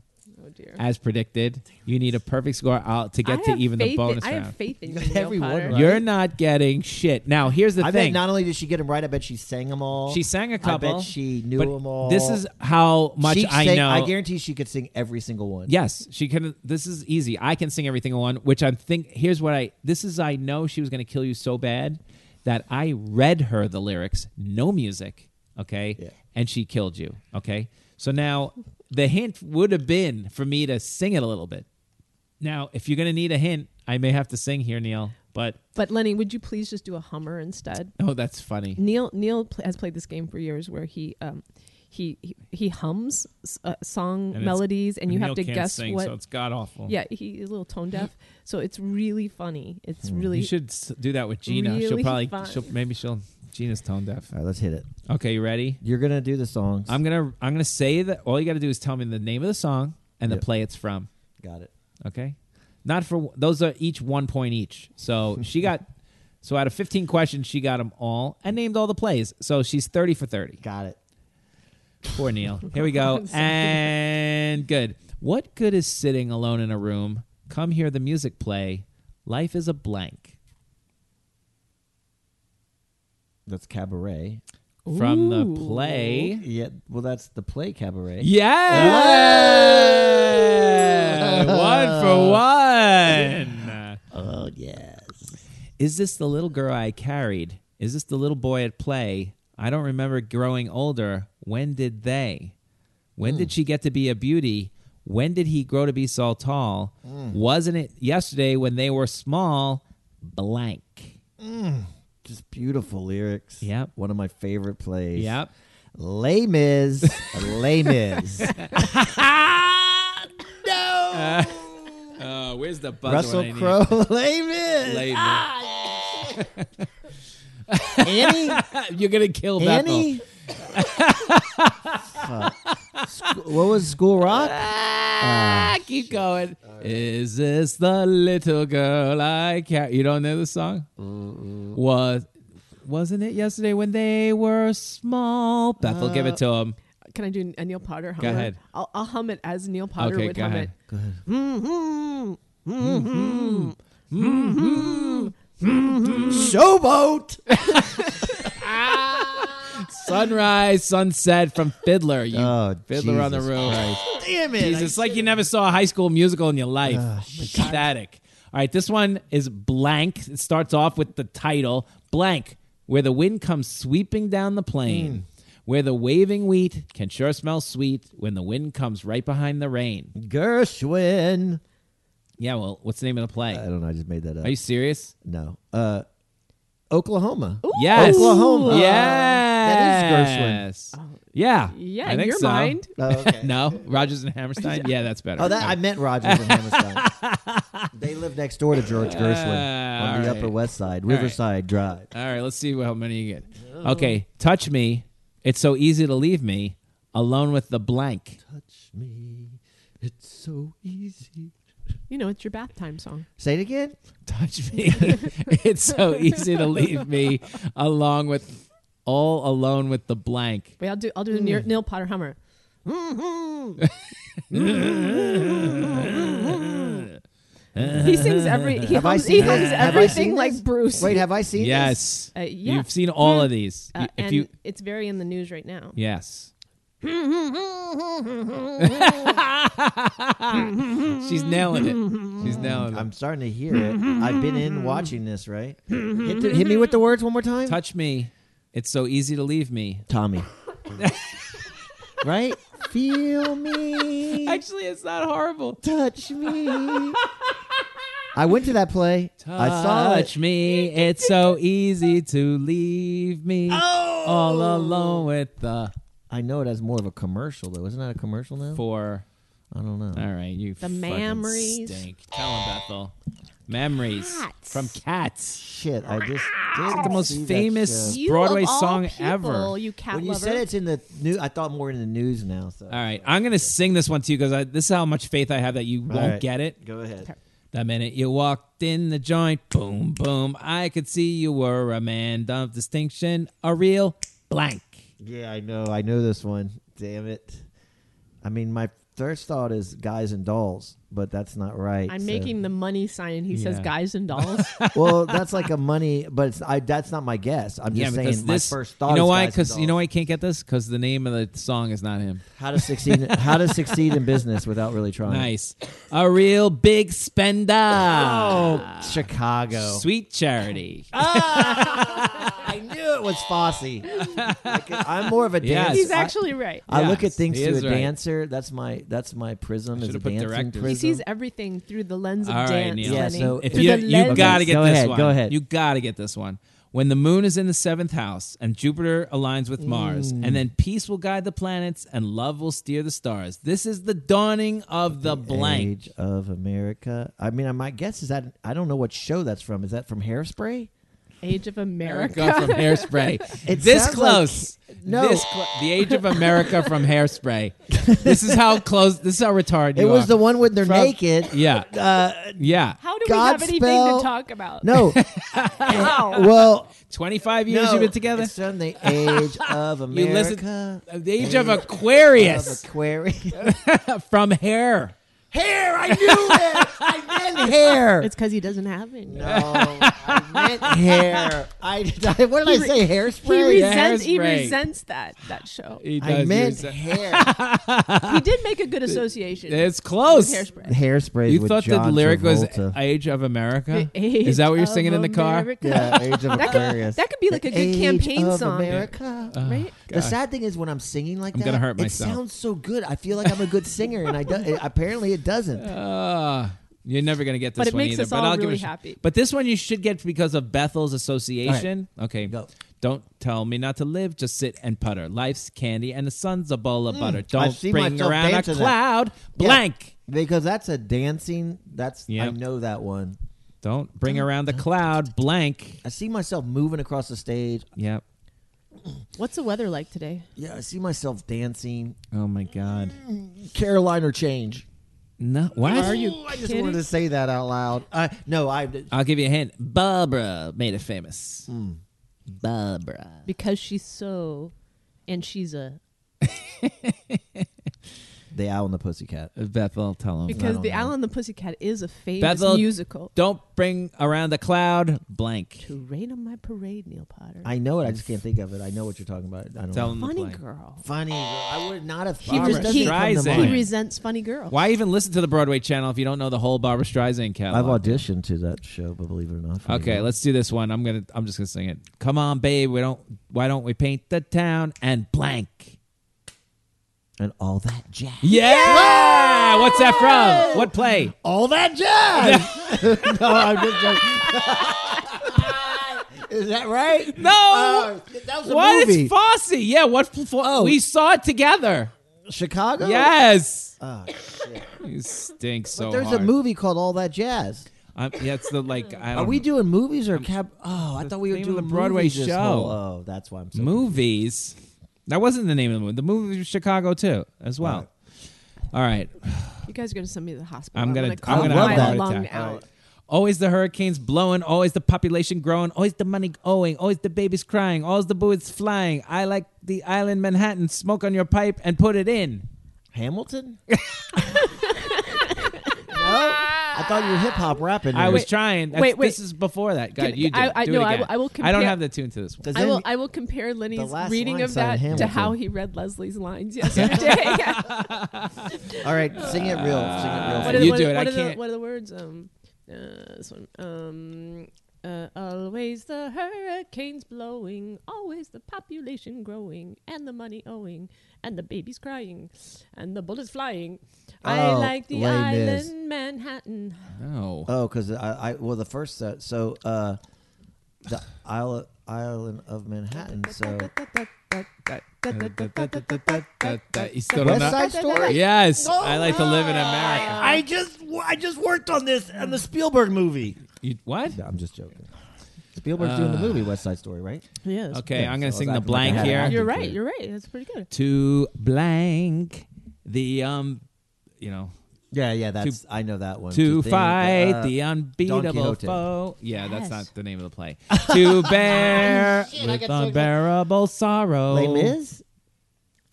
oh dear.
as predicted. You need a perfect score out to get
I
to
have
even the
faith
bonus
in, I
round.
have faith in
(laughs)
you, Neil
Everyone,
Potter.
right?
You're not getting shit. Now, here's the
I bet
thing.
not only did she get them right, I bet she sang them all.
she sang a couple.
I bet she knew
but
them all.
This is how much
She
I
sang-
know.
I guarantee she could sing every single one.
Yes, she can. This is easy. I can sing everything one, which I'm think. Here's what I. This is I know she was going to kill you so bad that I read her the lyrics, no music, okay,
Yeah.
and she killed you, okay. So now the hint would have been for me to sing it a little bit. Now, if you're going to need a hint, I may have to sing here, Neil. But
But Lenny, would you please just do a Hummer instead?
oh, that's funny.
Neil Neil pl- has played this game for years, where he um, he, he he hums s- uh, song
And it's-
melodies, and you have to
Neil can't
guess
sing,
what.
So it's god awful.
yeah, he is a little tone deaf, so it's really funny. It's
Hmm.
really
you should s- do that with Gina. she'll
Really
probably.
fun.
She'll maybe she'll. Gina's tone deaf.
All right, let's hit it.
Okay, you ready?
You're gonna do the songs.
I'm gonna I'm gonna say that all you gotta do is tell me the name of the song and
Yep.
the play it's from.
got it.
Okay, not for those are each one point each.
(laughs)
So she got so out of 15 questions she got them all and named all the plays. So she's 30 for 30.
Got it.
Poor
(laughs)
Neil. Here we go and good. What good is sitting alone in a room? Come hear the music play. Life is a blank
That's cabaret.
from the
Ooh.
play.
Yeah. Well, that's the play cabaret.
Yeah, one for one.
Oh yes.
Is this the little girl I carried? Is this the little boy at play? I don't remember growing older. When did they? When
Hmm.
did she get to be a beauty? When did he grow to be so tall?
Hmm.
Wasn't it yesterday when they were small? Blank.
Just beautiful lyrics.
Yep.
One of my favorite plays.
Yep.
Les Mis.
(laughs)
Les (laughs) Mis.
Uh, where's the buzzer?
Russell Crowe. (laughs) Les Mis.
Ah!
Annie.
You're gonna kill Bethel.
Annie. Fuck. Sc- what was School Rock?
Ah, keep going. Is this the little girl I care? You don't know the song? Was wasn't it yesterday when they were small? Bethel, give it to him.
Can I do a Neil Potter hummer?
ahead.
I'll, I'll hum it as Neil Potter
Okay,
would
go
hum
ahead.
it. Mhm.
Showboat.
Sunrise, sunset from Fiddler. You
(laughs) Oh,
Fiddler on the
Jesus
Roof.
Christ. Damn it. Oh,
Jesus, it's like you never saw a High School Musical in your life. Pathetic. All right, this one is blank. It starts off with the title blank, where the wind comes sweeping down the
Hmm.
plain, where the waving wheat can sure smell sweet when the wind comes right behind the rain.
Gershwin.
Yeah, well, what's the name of the play?
I don't know. I just made that up.
Are you serious?
no. Uh, Oklahoma.
Yes,
Oklahoma. That
Yes, that is Gershwin. Yeah,
Oh, Yeah,
I
in
think
your
so.
mind.
Oh, okay.
(laughs) No, Rogers and
(laughs)
Hammerstein. Yeah, that's better.
Oh, that I meant Rogers and Hammerstein.
(laughs)
they live next door to George Gershwin on the
Uh, all right.
Upper West Side,
right.
Riverside Drive.
All right, let's see how many you get.
Oh.
Okay, touch me. It's so easy to leave me alone with the
(laughs)
blank.
Touch me, it's so easy.
You know, it's your bath time song.
Say it again.
Touch me. (laughs) it's so easy to leave me along with all alone with the blank.
Wait, I'll do. I'll do the Neil,
Hmm.
Neil Potter
(laughs)
Hummer. he sings every. He
Have I
hums,
seen
he
this?
hums
Have I seen
everything like
this?
Bruce.
Wait, have I seen this?
(laughs) Yes.
Uh, yeah.
You've seen all of these.
Uh,
if
and
you
it's very in the news right now. (laughs)
Yes. (laughs) She's nailing it. She's nailing it.
I'm starting to hear it. I've
(laughs)
been in watching this, right? Hit, the- hit me with the words one more time.
Touch me. It's so easy to leave me. (laughs)
Tommy. right? Feel me.
Actually, it's not horrible.
touch me. I went to that play. I saw it.
Touch me. It's so easy to leave me all alone with the
I know it has more of a commercial though. Isn't that a commercial now?
four.
I don't know.
All right, you the
memories.
Stink. Tell him, Bethel. Memories from Cats.
Shit, I just did
The most
see that
famous
show.
You
Broadway
of all
song
people,
ever.
You cat
When you
lover.
said it's in the news, I thought more in the news now. So
All right, I'm gonna sing this one to you because this is how much faith I have that you
All
won't
right.
get it.
Go ahead.
The minute you walked in the joint, boom, boom, I could see you were a man of distinction, a real blank.
Yeah, I know. I know this one. Damn it. I mean, my first thought is guys and dolls, but that's not right.
I'm
so-
making the money sign. He says
Yeah.
guys
(laughs)
and dolls.
(laughs) well, that's like a money, but it's, I, that's not my guess. I'm just saying my first thought.
you know
is
why?
Guys and
you know
Dolls.
why I can't get this because the name of the song is not him.
How to succeed? how to succeed in business without really
(laughs)
trying?
Nice, a real big spender.
Oh, Ah! Chicago.
sweet charity. (laughs)
(laughs) I knew it was Fosse. Like, I'm more of
(laughs)
a
Yes.
dancer.
He's
I-
actually right.
I, look at
Yes,
things
he
through a
is right.
dancer. That's my that's my prism as
should've
a
put
dancing
director.
prism.
He
He sees everything through the lens of
All right,
dance.
Neil.
Yeah,
Lenny.
so
If
Through
you,
the
you
lens
got to
of-
get
Go
this
ahead,
one.
go ahead.
You got to get this one. When the moon is in the seventh house and Jupiter aligns with Mars,
Mm.
and then peace will guide the planets and love will steer the stars. This is the dawning of the blank.
Age of America. I mean, my guess is that I don't know what show that's from. Is that from Hairspray?
Age of America.
America from Hairspray.
(laughs) It
this
sounds
close.
like- no.
This clo- the Age of America from Hairspray. This is how close. This is how retarded
It
you
was
are.
the one when they're
From-
naked.
(laughs) yeah,
Uh,
yeah.
How do we have
Godspell.
anything to talk about?
no.
(laughs)
(laughs) Well,
Twenty five years
no,
you've been together.
It's from the Age
(laughs)
of
You listen- Uh,
America.
The Age of
Of
Aquarius (laughs)
Aquarius.
from Hair.
hair. I knew it. (laughs) I meant hair.
It's because he doesn't have any.
No, I
(laughs)
meant hair. I, I what did I say?
He
Hairspray.
resents. He
Hairspray.
resents that
(sighs)
that show.
He uh,
I
does
meant
use that.
hair.
He did make a good association.
It's
with
close.
Hairspray.
(laughs) Hairspray.
You thought
John
the lyric was
Travolta.
"Age of America"?
The Age
Is that what you're
of
singing in the car?
America.
yeah, Age of Aquarius.
(laughs) That could be like a
The
good
Age
campaign
of
song, Uh,
America.
right?
the sad thing is when I'm singing like
I'm
that,
gonna hurt
it
myself.
sounds so good. I feel like I'm a good singer, and I do, it, apparently it doesn't.
Uh, you're never gonna get this
But it
one
makes
either.
us
but
all
I'll give it
really
a sh-
happy.
But this one you should get because of Bethel's association. Okay,
Go.
Don't tell me not to live. Just sit and putter. Life's candy and the sun's a bowl
Mm,
of butter.
I
Don't
see
bring
myself
around a
dancing that.
cloud.
Yeah,
Blank.
because that's a dancing. That's I
Yep.
know that one.
Don't bring around the cloud. Blank.
I see myself moving across the stage.
Yep.
What's the weather like today?
Yeah, I see myself dancing.
Oh my God.
Caroline or change.
No. What?
Are you
I just
kidding?
wanted to say that out loud. I no, I
I'll give you a hint. Barbara made it famous.
Hmm.
Barbara.
Because she's so, and she's a.
The Owl and the Pussycat.
Bethel, tell him.
I
because
don't
the
know.
Owl and the Pussycat is a famous
Bethel,
musical.
Don't bring around the cloud blank.
To rain on my parade, Neil Potter.
I know it. I just can't think of it. I know what you're talking about. I don't
Tell
know.
him the
funny
play.
girl.
Funny. girl. I would not have.
He,
thought
Barbra
res- he,
Streisand.
he resents funny girls.
Why even listen to the Broadway channel if you don't know the whole Barbara Streisand
I've
catalog?
auditioned to that show, but believe it or not. funny
Okay,
girl.
let's do this one. I'm gonna. I'm just gonna sing it. Come on, babe. We don't. Why don't we paint the town and blank?
and all that jazz.
(laughs) Yeah. What's that from? What play?
All that jazz. (laughs) no, I'm just joking. (laughs) Is that right?
No.
Oh, that was a
What
movie.
is Fosse? Yeah. What? f- f-
Oh.
We saw it together.
Chicago.
Yes.
Oh, shit.
You stink so
but there's
hard.
a movie called All That Jazz.
I'm, yeah, it's the like. I
Are
don't
we doing movies or cab? Oh, I
Um, the
thought we were
theme of
doing
the Broadway
movies this
show.
whole- oh, that's why I'm so
movies. That wasn't the name of the movie. The movie was Chicago too, as well. All right.
You guys are going to send me to the hospital.
I'm gonna-
going
I'm
to call
gonna
my
have a heart
lung
attack.
out.
Always the hurricanes blowing, always the population growing, always the money owing, always the babies crying, always the bullets flying. I like the island Manhattan. Smoke on your pipe and put it in. (laughs)
Hamilton? no? I thought you were hip hop rapping.
I
there.
was trying. That's,
wait, wait.
This is before that. God,
Can-
you do,
I- I-
do
no,
it
I
again.
will- I will
don't
compare-
have the tune to this one.
Does
I will.
any-
I will compare Lenny's
last
reading
line
of
said
that to
Hamilton.
how he read Leslie's
(laughs)
lines yesterday. (laughs)
all right, sing it real. Sing it real.
Uh,
What are the-
you
what
do
are-
it.
What
I
are the
can't.
what are the words? Um, uh, this one. Um, uh, always the hurricanes blowing, always the population growing, and the money owing, and the babies crying, and the bullets flying. I
Oh,
like the
Les Mis.
island Manhattan. (laughs)
No.
oh, because I, I well the first set. So uh, the isle, island of Manhattan. So
You still don't
West
know-
Side Story.
Yes, I like to live in America.
I just I just worked on this and the Spielberg movie.
You, what?
Yeah, I'm just joking. Spielberg's
Uh,
doing the movie West Side Story, right?
Yes.
Okay,
Yeah,
I'm gonna
so I was
sing the
acting like I
blank
had
here.
an
You're
You're
right.
right.
You're right. That's pretty good.
to blank the um you know
Yeah, yeah. That's I know that one.
to
think,
fight
uh,
the unbeatable
Quixote.
foe yeah that's
Yes. Oh,
not the name of the play (laughs) to
(laughs)
bear with unbearable sorrow
Les Mis.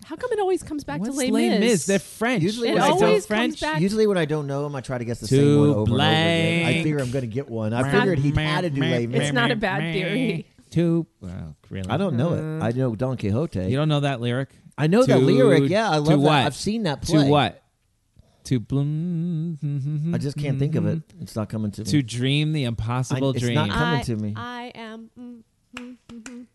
How come it always comes back
What's
to Les,
Les
Mis?
Mis? They're French.
Usually
Is
it
when I
still
don't-
always
French.
comes back.
Usually when I don't know them, I try to guess the
To
same one over and over again.
blank.
I figure I'm going to get one. I figured he had to do Les Mis.
It's not a bad theory.
To well, really,
I don't know it. I know Don Quixote.
Mm-hmm. You don't know that lyric?
I know the
To-
lyric. Yeah, I love
to
that.
What?
I've seen that
To
play.
what? To bloom.
I just can't think of it. It's not coming to me.
Mm-hmm. To dream the impossible
I- it's
dream.
not coming to me.
I am. mm, mm, mm,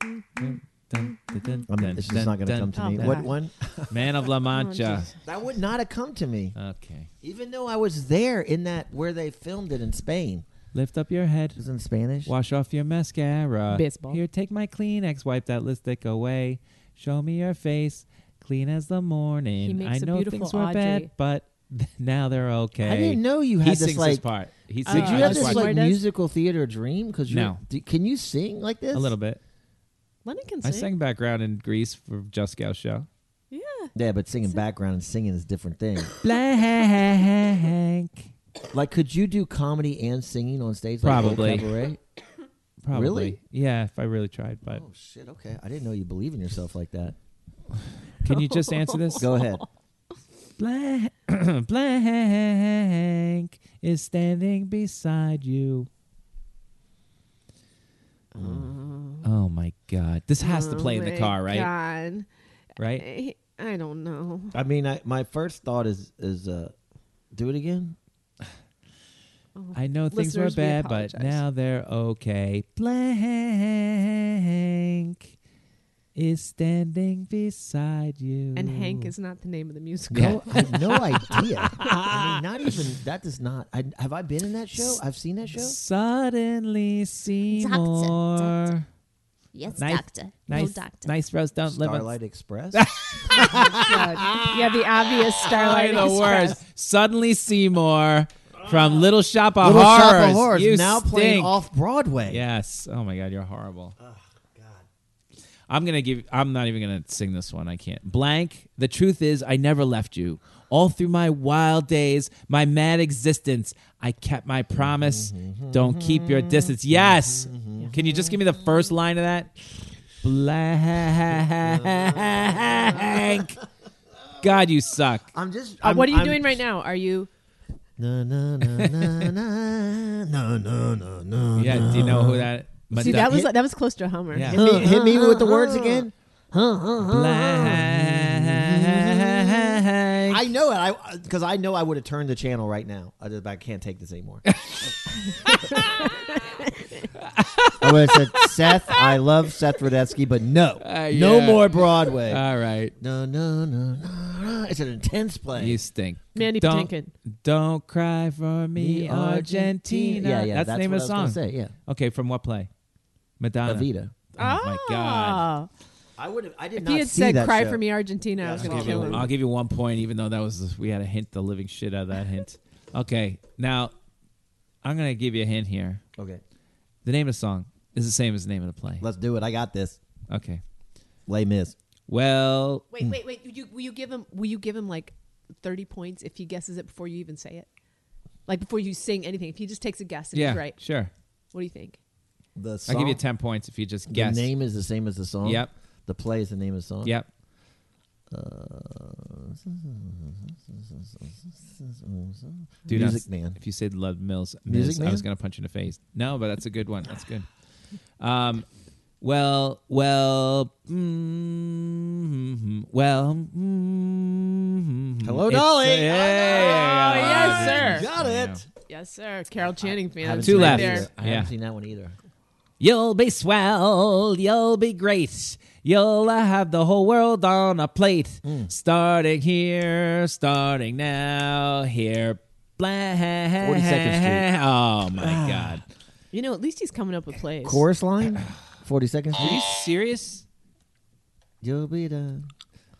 mm.
Dun, dun, dun,
I mean,
dun,
it's
dun,
just not going to
dun,
come to
dun,
me.
dun.
What one?
Man of La Mancha.
That would not have come to me,
okay.
even though I was there in that where they filmed it in Spain.
Lift up your head.
It was in Spanish.
Wash off your mascara.
Baseball.
Here, take my Kleenex. Wipe that lipstick away. Show me your face. Clean as the morning.
He makes
I
a
know
beautiful
things were
Audrey.
bad, but (laughs) now they're okay.
I didn't know you
he
had this
sings
like.
his part. He
Did
sings
Did
Uh,
you
his
have
this
this
part.
like
Suarez?
musical theater dream? Because
No.
can you sing like this?
a little bit.
Lenny can
I
sing.
sang background in Greece for Just Gal Show.
Yeah.
Yeah, but singing background and singing is a different thing.
(laughs) Blank.
like, could you do comedy and singing on stage?
Probably.
Like
(laughs)
a cabaret?
Probably.
Really?
Yeah, if I really tried. But
Oh shit! Okay, I didn't know you believe in yourself like that.
can you just answer this? (laughs)
Go ahead.
Blank, (clears throat) blank is standing beside you. Oh my god. This has to play in the car, right?
Oh God.
Right?
I, I don't know.
I mean, I, my first thought is is uh, do it again.
Oh,
I know things were
Listeners, we
bad, but
apologize.
now they're okay. Blank is standing beside you.
And Hank is not the name of the musical.
Yeah.
No, I have no
(laughs)
idea. I mean, not even that does not. I, have I been in that show? I've seen that show.
Suddenly Seymour.
Yes,
Nice-
doctor.
Nice,
no doctor.
nice rose don't live on
Starlight
(laughs)
Express.
God. Uh, yeah, the obvious Starlight
Probably the
Express.
worst. Suddenly Seymour from Little Shop of
Little
Horrors.
Shop of Horrors
You
now
stink.
playing off Broadway.
(laughs) Yes. Oh my God, you're horrible. Oh God. I'm gonna give. I'm not even gonna sing this one. I can't. Blank. The truth is, I never left you. All through my wild days, my mad existence, I kept my promise. Don't keep your distance. Yes. Can you just give me the first line of that? Blank God, you suck.
I'm just.
Uh,
I'm,
what are you
I'm-
doing right now? Are you?
Na na na na na na na na na.
(laughs) Yeah, do you know who that?
See, that was that was close to a Hummer.
Yeah.
Hit me, hit me with the words again. Huh, huh, huh.
Black.
I know it. I because I know I would have turned the channel right now. I just I can't take this
(laughs)
anymore. I would have said, Seth, I love Seth Rudetsky, but no,
Uh,
no
yeah. Uh,
more Broadway.
All right,
no, no, no, no, no. It's an intense play.
you stink.
Mandy
don't,
Patinkin.
Don't cry for me,
Me,
Argentina.
Yeah, yeah.
That's, the name
what
of the
I
song.
was gonna Say, yeah,
Okay, from what play? Madonna.
Evita.
Oh, my
Ah.
god.
I would have. I did
If he had said "Cry for Me, Argentina," I was
Yeah.
going to
Okay,
kill him.
I'll give you one point, even though that was we had a hint the living shit out of that hint. Okay, now I'm gonna give you a hint here.
Okay,
The name of the song is the same as the name of the play.
let's do it. I got this.
Okay.
Lay Miss.
Well,
Wait, wait, wait. You, will you give him? Will you give him like thirty points if he guesses it before you even say it? Like before you sing anything, if he just takes a guess and
yeah,
he's right,
sure.
what do you think?
The song.
I'll give you ten points if you just
The
guess.
name is the same as the song.
Yep.
The play is the name of the song. Uh,
Yep. Dude, I
Music
was-
Man.
If you said Love Mills,
Music
Miz, I was
Man?
gonna punch you in the face. No, but that's a good one. That's good. Um, well, well, mm, well. Mm,
Hello,
It's-
Dolly.
Hey,
yes, sir.
Got it.
Yes, sir. Carol Channing
I haven't
fan.
Two
seen
left.
that either.
There.
I haven't
Yeah.
seen that one either.
You'll be swell, you'll be great. You'll have the whole world on a plate.
Hmm.
Starting here, starting now, here.
42nd
(laughs) Oh
Street. Ah.
my god.
You know, at least he's coming up with plays.
(sighs)
Chorus line, Forty Second
Are you
Street.
serious?
You'll be the.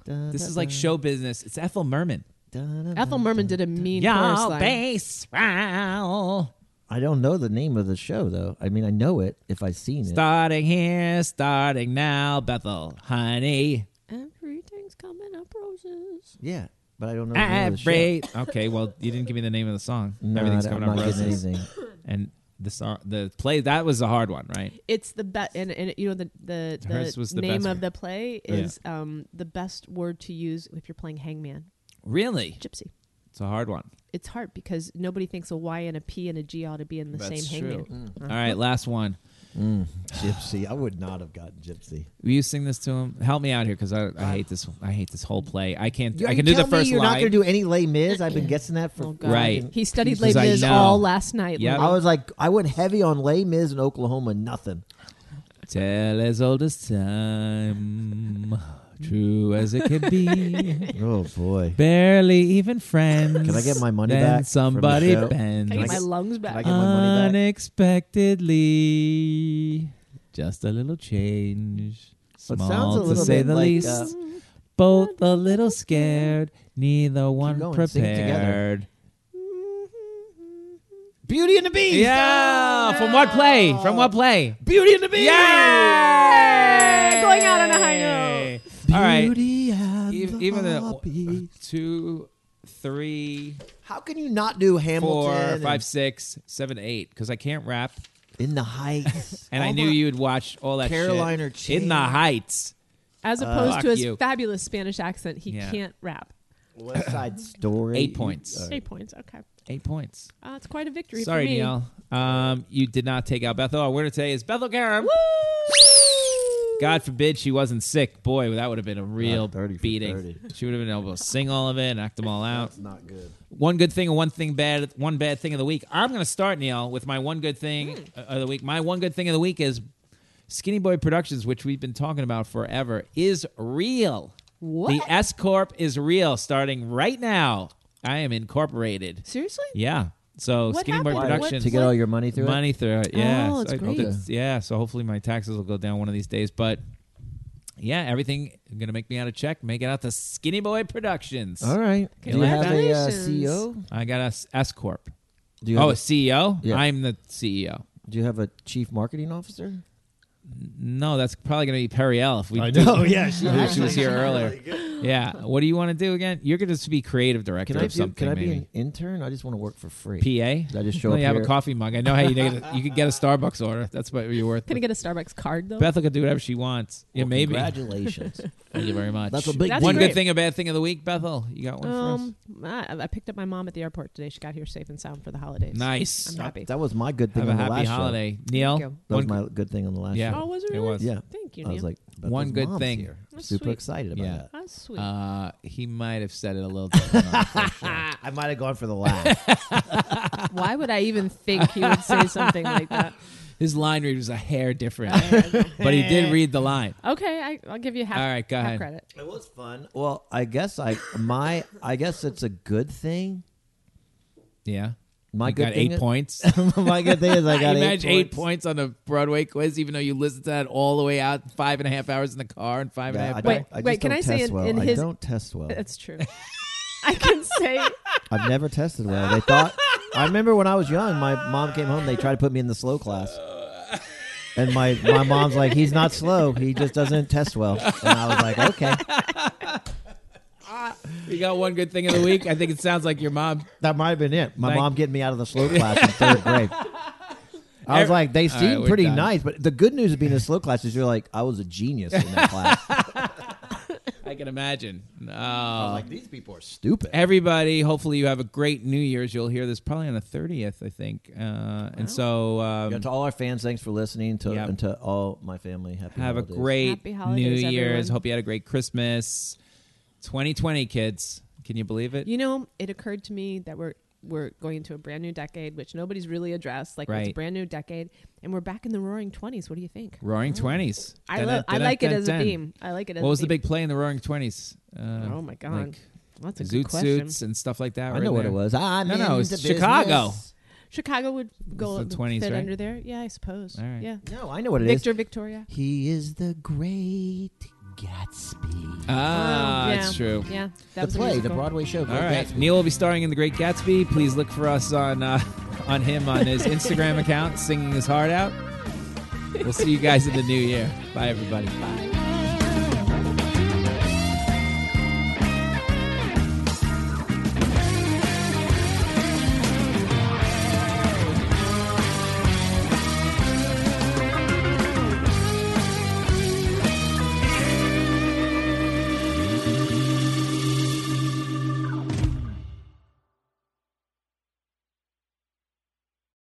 da,
This
da,
is like
da,
show business. It's Ethel Merman.
da, da, da.
Ethel Merman did a mean chorus
You'll
line.
be swell.
I don't know the name of the show though. I mean, I know it if I've seen it.
Starting here, starting now, Bethel, honey.
Everything's coming up roses.
Yeah, but I don't know. The name of the show.
Every okay, well, you didn't give me the name of the song.
No,
Everything's
I don't-
coming
I'm
up
not getting
roses.
anything.
and the song, the play that was a hard one, right?
It's the best, and, and you know the the,
Hers
the,
was the
name
best
of
one.
the play
Yeah.
is um, the best word to use if you're playing Hangman Gypsy.
Really, it's a hard one.
it's hard because nobody thinks a Y and a P and a G ought to be in the
That's
same
true.
hangman.
Uh-huh.
All right, last one.
Gypsy. I would not have gotten Gypsy.
Will you sing this to him? Help me out here because I, I hate this. I hate this whole play. I can't.
You-
I
you
can do the
tell me
first
You're not
line.
gonna do any Les Mis. I've been guessing that for
Oh, God.
Right.
He studied Les
Because I
Mis
know.
all last night.
Yep.
Lily.
I was like, I went heavy on Les Mis in Oklahoma. Nothing.
Tell as old as time, true as it can
(laughs)
be.
Oh boy.
Barely even friends.
Can I get my money
then
back from the
Somebody
show?
bends.
I get my
get-
lungs back.
I get my money back?
Unexpectedly, just a little change,
Well, it
small
sounds a
to
little
say
bit
the
like,
least.
uh,
Both a little scared, neither one
going, sing it together.
prepared.
Beauty and the Beast. Ah!
Yeah, from what play? From what play?
Beauty and the Beast.
Yeah,
Going out on a high note.
All right,
Beauty and
E-
the
even the
Beast.
two, three,
How can you not do
four,
Hamilton?
five, six, seven, eight? Because I can't rap,
and in the Heights.
(laughs) and I
All
knew
my-
you'd watch all that. shit.
Carolina
in
Chain.
the Heights.
As opposed
fuck
to
uh,
his
you.
fabulous Spanish accent, he
Yeah.
can't rap.
West Side Story.
Eight points.
Uh,
Eight points. Okay,
Eight points.
uh, it's quite a victory.
Sorry,
for me.
Neil. Um, you did not take out Bethel. Our winner today is Bethel Karam. God forbid she wasn't sick. Boy, that would have been a real
God, 30 for
beating.
30.
She would have been able to sing all of it and act them all out.
Not good.
One good thing and one thing bad, one bad thing of the week. I'm going to start, Neil, with my one good thing
Hmm.
uh, of the week. My one good thing of the week is Skinny Boy Productions, which we've been talking about forever, is real.
What?
The S Corp is real starting right now. I am incorporated.
Seriously?
Yeah. So
What
Skinny Boy
happened?
Productions
To get all your money through
money through it. Yeah.
Oh,
So
it's
I
great.
did- yeah. So hopefully my taxes will go down one of these days. But yeah, everything gonna make me out a check. Make it out to Skinny Boy Productions.
it. All right. Do you have a uh,
Congratulations.
CEO?
I got a s- S corp.
Do you
Oh,
have
a CEO.
Yeah.
I'm the E CEO.
a, do you have a chief marketing officer?
No, that's probably gonna be Perry L. If we Oh,
I (laughs)
do- (laughs)
know. Yeah, she
She was here earlier. yeah. What do you want to do again? You're going to be creative director
Can I
of
do,
something.
Can I be
maybe.
an intern? I just want to work for free.
PA.
Did I just show
No,
up
you have
here?
a coffee mug. I know how you get a, you could get a Starbucks order. That's what you're
(laughs)
worth.
Can I get a Starbucks card though?
Bethel could do whatever she wants. Yeah,
Well,
maybe. (laughs)
Congratulations.
Thank you very much.
That's a big
That's
one
great.
good thing, a bad thing of the week. Bethel, you got one for us.
um, I, I picked up my mom at the airport today. She got here safe and sound for the holidays.
Nice.
I'm happy.
That was my good thing
Have a
on the
happy
last show.
holiday, Neil.
you.
That was
one-
my good thing on the last
Yeah.
show.
Oh, was it
It
really?
was.
Yeah.
Thank you,
I
Neil.
was like, Bethel's
One good
mom's
thing.
Here.
That's
Super
sweet.
excited about
Yeah.
that.
That's sweet.
Uh, he might have said it a (laughs) little different. for sure. (laughs)
(laughs) I might have gone for the laugh.
Why would I even think he would say something
(laughs)
like that?
His line read was a hair different,
(laughs)
but he did read the line.
Okay, I, I'll give you half.
All right, go
half
ahead.
Credit.
(laughs) it was fun. Well, I guess I my I guess it's a good thing.
Yeah,
My
You
good
got
thing
eight
is-
points.
(laughs) my good thing is I got
Imagine
eight
eight points. on a Broadway quiz, even though you listened to that all the way out, five and a half hours in the car, and five and a
Yeah,
half.
I don't-
Wait,
I just
wait, can
don't
I say
test
in-
well.
in
I
his-
don't test well.
That's true. I can say
I've never tested well. They
(laughs)
thought I remember when I was young, my mom came home, they tried to put me in the slow class. And my, my mom's like, he's not slow. He just doesn't test well. And I was like, okay.
You got one good thing of the week. I think it sounds like your mom.
That might have been it. My
Thank-
mom getting me out of the slow class in third grade. I was
Every-
like, they
All
seem
right, we're
pretty
done.
nice, but the good news of being in slow class is you're like, I was a genius in that
(laughs)
class.
I can imagine. Oh.
like, these people are stupid.
everybody hopefully you have a great new year's you'll hear this probably on the 30th i think uh, and so
Yeah,
um,
to all our fans, thanks for listening. To
Yep.
and to all my family, happy
have a
holidays.
great
Happy
new
holidays,
year's
everyone.
hope you had a great christmas 2020 kids can you believe it
You know, it occurred to me that we're we're going into a brand new decade, which nobody's really addressed. Like it's a
Right.
brand new decade, and we're back in the Roaring Twenties. What do you think?
roaring 20s
Oh. I love. I like it as a
Dun-dun-dun-dun.
theme. I like it as.
what
a
was the
theme.
big play in the roaring 20s uh,
Oh my god,
like
that's a good
zoot
question.
suits and stuff like that
I
were
know
in
what
there.
it was. Ah, I'm
No, no,
in
it's
the
Chicago.
business.
Chicago would go
the 20s,
fit
right?
under there. Yeah, I suppose.
All right.
Yeah,
No, I know what it is.
Victor Victoria.
He is the great Gatsby.
ah
Oh, yeah.
that's true
Yeah, that
the
was a
play, the
musical.
Broadway show.
All
Great
right,
Gatsby.
Neil will be starring in The Great Gatsby. Please look for us on uh, (laughs) on him on his Instagram account, singing his heart out. We'll see you guys in the new year. Bye, everybody. Bye.